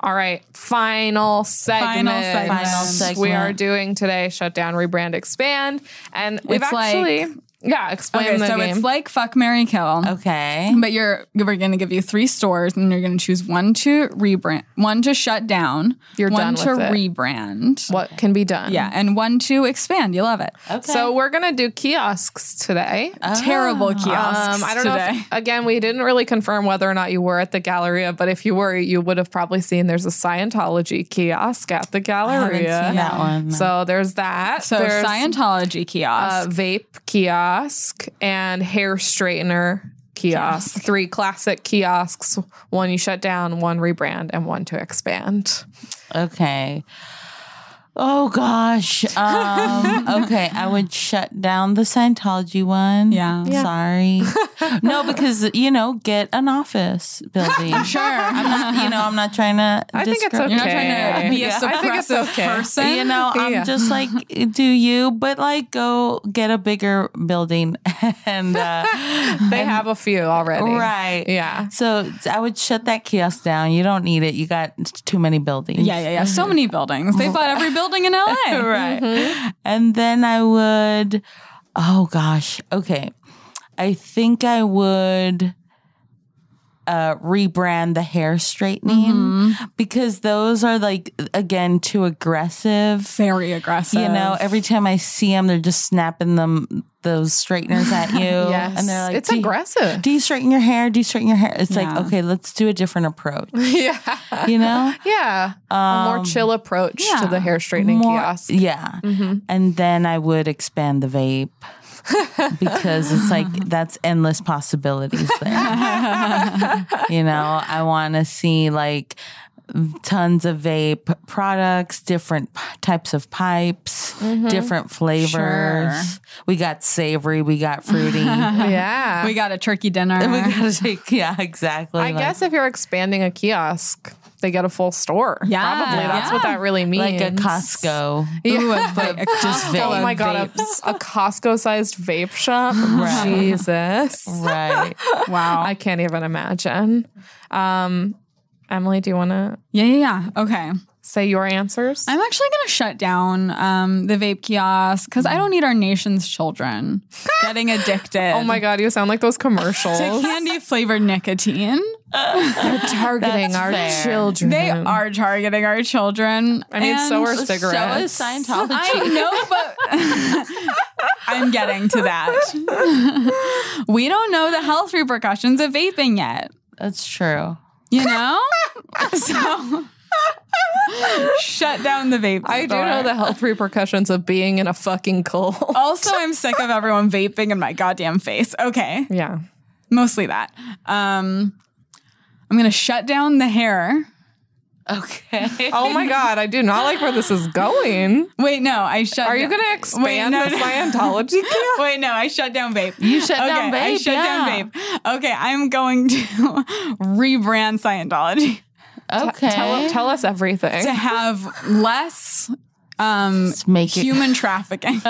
All right, final segment.
segment.
Final segment.
We are doing today shut down, rebrand, expand, and we've
It's like-
actually Yeah, explain
Okay,
the
so
game. Oh.
it's like fuck Mary Kill.
Mm,
Okay.
But you're we're gonna give you three stores and you're gonna choose one to rebrand one to shut down,
You're
one
done
to
with it.
rebrand.
what can be done?
Yeah, and one to expand. You love it.
Okay.
So we're gonna do kiosks today.
Oh. Terrible kiosks.
Um, I don't know.
today.
If, again, we didn't really confirm whether or not you were at the Galleria, but if you were, you would have probably seen there's a Scientology kiosk at the
seen
Galleria.
that one.
So there's that.
So
there's Um,
Scientology
a
kiosk.
vape kiosk and hair straightener kiosk. Three classic kiosks. One you shut down, one rebrand, and one to expand.
okay. Oh gosh. Um, okay, I would shut down the Scientology one.
Yeah. Yeah.
Sorry. no, because you know, get an office building.
sure.
I'm not, you know, I'm not trying to.
I think it's
discri-
okay.
You're not trying to be
Yeah.
a
I think it's
suppressive
okay.
person.
You know, I'm
Yeah.
just like, do you, but like, go get a bigger building. and uh,
They have a few already.
right.
Yeah.
So I would shut that kiosk down. You don't need it. You got too many buildings.
Yeah, yeah, yeah. So many buildings. They bought every building in LA.
Right. Mm-hmm. And then I would, oh gosh. Okay. I think I would uh, rebrand the hair straightening
Mm-hmm.
because those are like, again, too aggressive.
Very aggressive.
You know, every time I see them, they're just snapping them those straighteners at you.
Yes.
and they're like,
it's
"Do you-
aggressive.
Do you straighten your hair? Do you straighten your hair? It's like, okay, let's do a different approach.
yeah.
You know,
Yeah. a more chill approach to the hair straightening
More-
kiosk.
Yeah, and then I would expand the vape because it's like that's endless possibilities there. you know, I want to see like tons of vape products, different p- types of pipes, different flavors. We got savory, we got fruity.
Yeah.
we got a turkey dinner.
we gotta take, yeah, exactly.
I
like-
guess if you're expanding a kiosk, they get a full store.
Yeah.
Probably. That's what
Yeah.
that really means.
like a Costco.
Ooh, a, but a
Just
Costco.
vape.
Oh my god, a, a Costco-sized vape shop. Jesus,
Right.
Wow.
I can't even imagine. Um, Emily, do you want to
yeah, yeah, yeah. Okay.
say your answers?
I'm actually going to shut down um, the vape kiosk because I don't need our nation's children getting addicted.
oh my god, you sound like those commercials.
To candy flavored nicotine.
They're targeting
That's
our
fair.
children.
They are targeting our children.
I mean, so
and-
are cigarettes.
So is Scientology.
I know, but I'm getting to that. we don't know the health repercussions of vaping yet,
That's true.
you know? so shut down the vape.
I do know
store.
the health repercussions of being in a fucking cult.
Also, I'm sick of everyone vaping in my goddamn face. Okay.
Yeah.
Mostly that. Um, I'm going to shut down the hair.
Okay.
Oh my god, I do not like where this is going.
Wait, no, I shut
Are you
down-
going to expand
no,
the
no.
Scientology? camp?
Wait, no, I shut down vape.
You shut
okay,
down vape.
I shut down vape. Okay, I'm going to rebrand Scientology
vape. Okay.
Tell, tell us
to
everything.
have less um,
Let's make it-
human trafficking.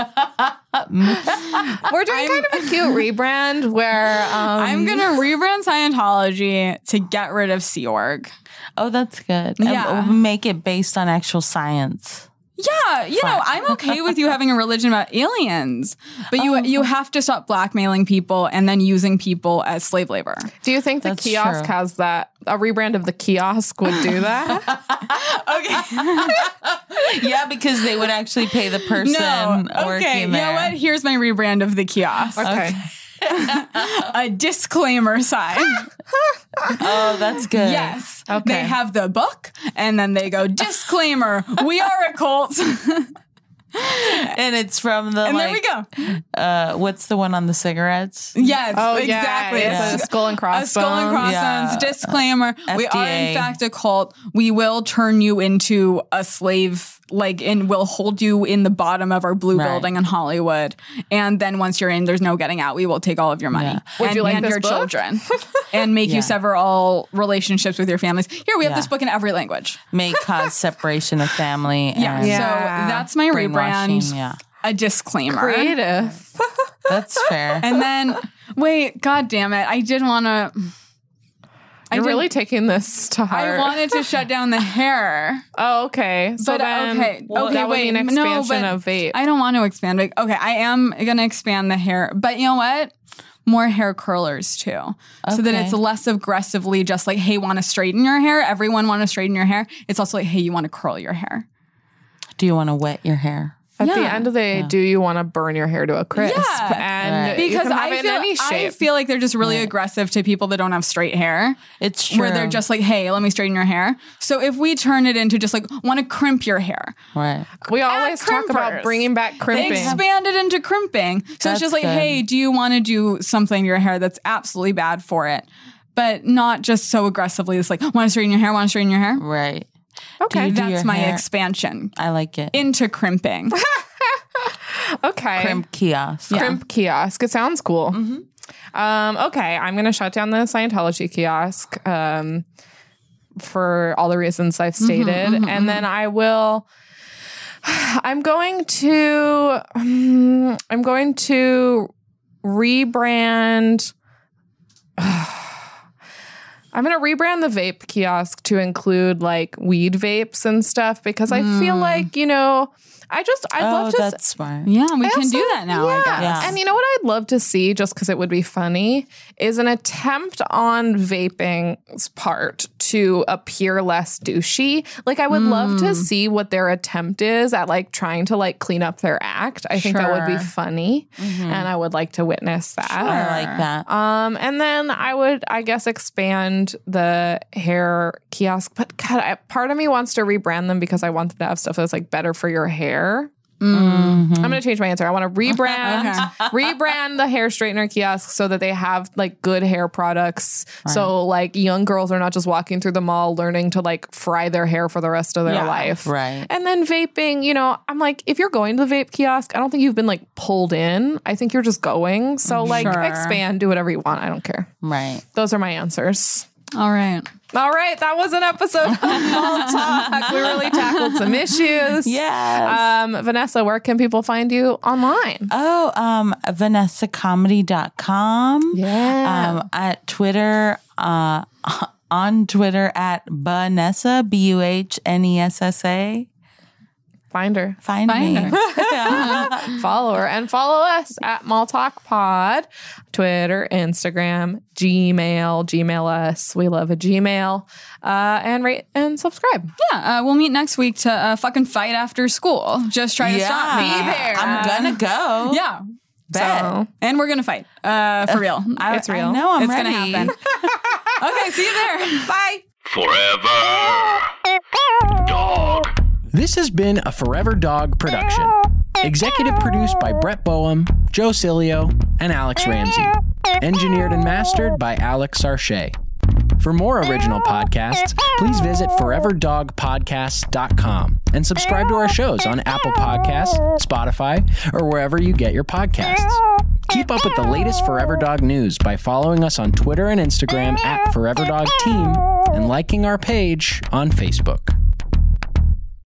We're doing kind of a cute rebrand where um,
I'm going to rebrand Scientology to get rid of Sea Org.
Oh, that's good. And
Yeah.
we'll make it based on actual science.
Yeah, you know, I'm okay with you having a religion about aliens, but you you have to stop blackmailing people and then using people as slave labor.
Do you think the
That's
kiosk
true.
has that? A rebrand of the kiosk would do that.
Okay.
Yeah, because they would actually pay the person
No. Okay. You know what? Here's my rebrand of the kiosk.
Okay.
A disclaimer sign.
Oh, that's good.
yes.
Okay.
They have the book and then they go, disclaimer, we are a cult. and
And it's from the
there we
like
go.
uh what's the one on the cigarettes?
Yes.
Oh, yeah,
exactly.
it's
It's
a skull and crossbones.
A skull and crossbones
Yeah.
disclaimer. We are in
FDA.
fact a cult. We will turn you into a slave, like, and we'll hold you in the bottom of our blue
Right.
building in Hollywood. And then once you're in, there's no getting out. We will take all of your money
Yeah.
Would
and,
you like
and
this
your
book?
children, and make
Yeah.
you sever all relationships with your families. Here we have
Yeah.
this book in every language.
May cause separation of family.
Yeah.
And
Yeah.
So that's my rebrand.
Brainwashing. Yeah.
A disclaimer.
Creative.
That's fair.
And then wait, god damn it. I did want to I
You're
did-
really taking this to heart.
I wanted to shut down the hair.
oh, okay. So
But,
then,
okay,
well,
okay,
that would be an
wait, no,
expansion
but
of vape.
I don't want to expand. Like, okay, I am gonna expand the hair, but you know what? More hair curlers too, so that
Okay.
it's less aggressively just like, hey, want to straighten your hair? Everyone want to straighten your hair. It's also like, hey, you want to curl your hair?
Do you want to wet your hair?
At the
Yeah.
end of the day, do you want to burn your hair to a crisp?
Yeah.
And
Right.
because
Because
you can have
I
it
feel,
in any shape.
I feel like they're just really
Right.
aggressive to people that don't have straight hair.
It's true.
where they're just like, hey, let me straighten your hair. So if we turn it into just like, want to crimp your hair,
right.
we always talk
crimpers.
about bringing back
they
crimping.
expand it into crimping. So
That's
it's just like,
good.
hey, do you want to do something to your hair that's absolutely bad for it? But not just so aggressively. It's like, want to straighten your hair, want to straighten your hair.
Right.
okay.
do your
That's my
hair-
expansion
I like it.
into crimping.
okay.
Crimp kiosk.
Crimp kiosk. It sounds cool. Um, okay, I'm gonna shut down the Scientology kiosk um, for all the reasons I've stated, and then I will. I'm going to. um, I'm going to rebrand. I'm gonna rebrand the vape kiosk to include like weed vapes and stuff because I feel like you know. I just I'd
Oh,
love to
that's smart.
Yeah, we can
also-
do that now, I guess.
Yeah.
And you know what I'd love to see, just because it would be funny, is an attempt on vaping's part to appear less douchey. Like I would love
Hmm.
to see what their attempt is at like trying to like clean up their act. I think that would be
Sure. Mm-hmm.
funny, and I would like to witness
I
that.
like that.
Um, and then I would, I guess, expand the hair kiosk. But God, I, part of me wants to rebrand them because I want them to have stuff that's like better for your hair. I'm going to change my answer. I want to rebrand, rebrand the hair straightener kiosk so that they have like good hair products. So like young girls are not just walking through the mall learning to like fry their hair for the rest of their
Yeah.
life.
Right.
And then vaping, you know, I'm like, if you're going to the vape kiosk, I don't think you've been like pulled in. I think you're just going. So like
Sure.
expand, do whatever you want. I don't care.
Right.
Those are my answers.
All right.
All right, that was an episode of Mall Talk. We really tackled some issues.
Yes.
Um, Vanessa, where can people find you online?
Oh, um, VanessaComedy.com.
Yeah.
Um, at Twitter, uh, on Twitter at Vanessa, B U H N E S S A.
Find her,
Find,
Find
me.
her.
follow her, and follow us at Mall Talk Pod, Twitter, Instagram, Gmail, Gmail us. We love a Gmail. Uh, and rate and subscribe.
Yeah, uh, we'll meet next week to uh, fucking fight after school. Just try to stop me.
Be there.
I'm gonna go.
Yeah.
Bet.
So
And we're going to fight uh, for real.
I,
It's real.
I know I'm
it's
ready.
going to happen. okay, see you there. Bye.
Forever. Dog.
This has been a Forever Dog production. Executive produced by Brett Boehm, Joe Cilio, and Alex Ramsey. Engineered and mastered by Alex Sarche. For more original podcasts, please visit foreverdogpodcasts.com and subscribe to our shows on Apple Podcasts, Spotify, or wherever you get your podcasts. Keep up with the latest Forever Dog news by following us on Twitter and Instagram at Forever Dog Team and liking our page on Facebook.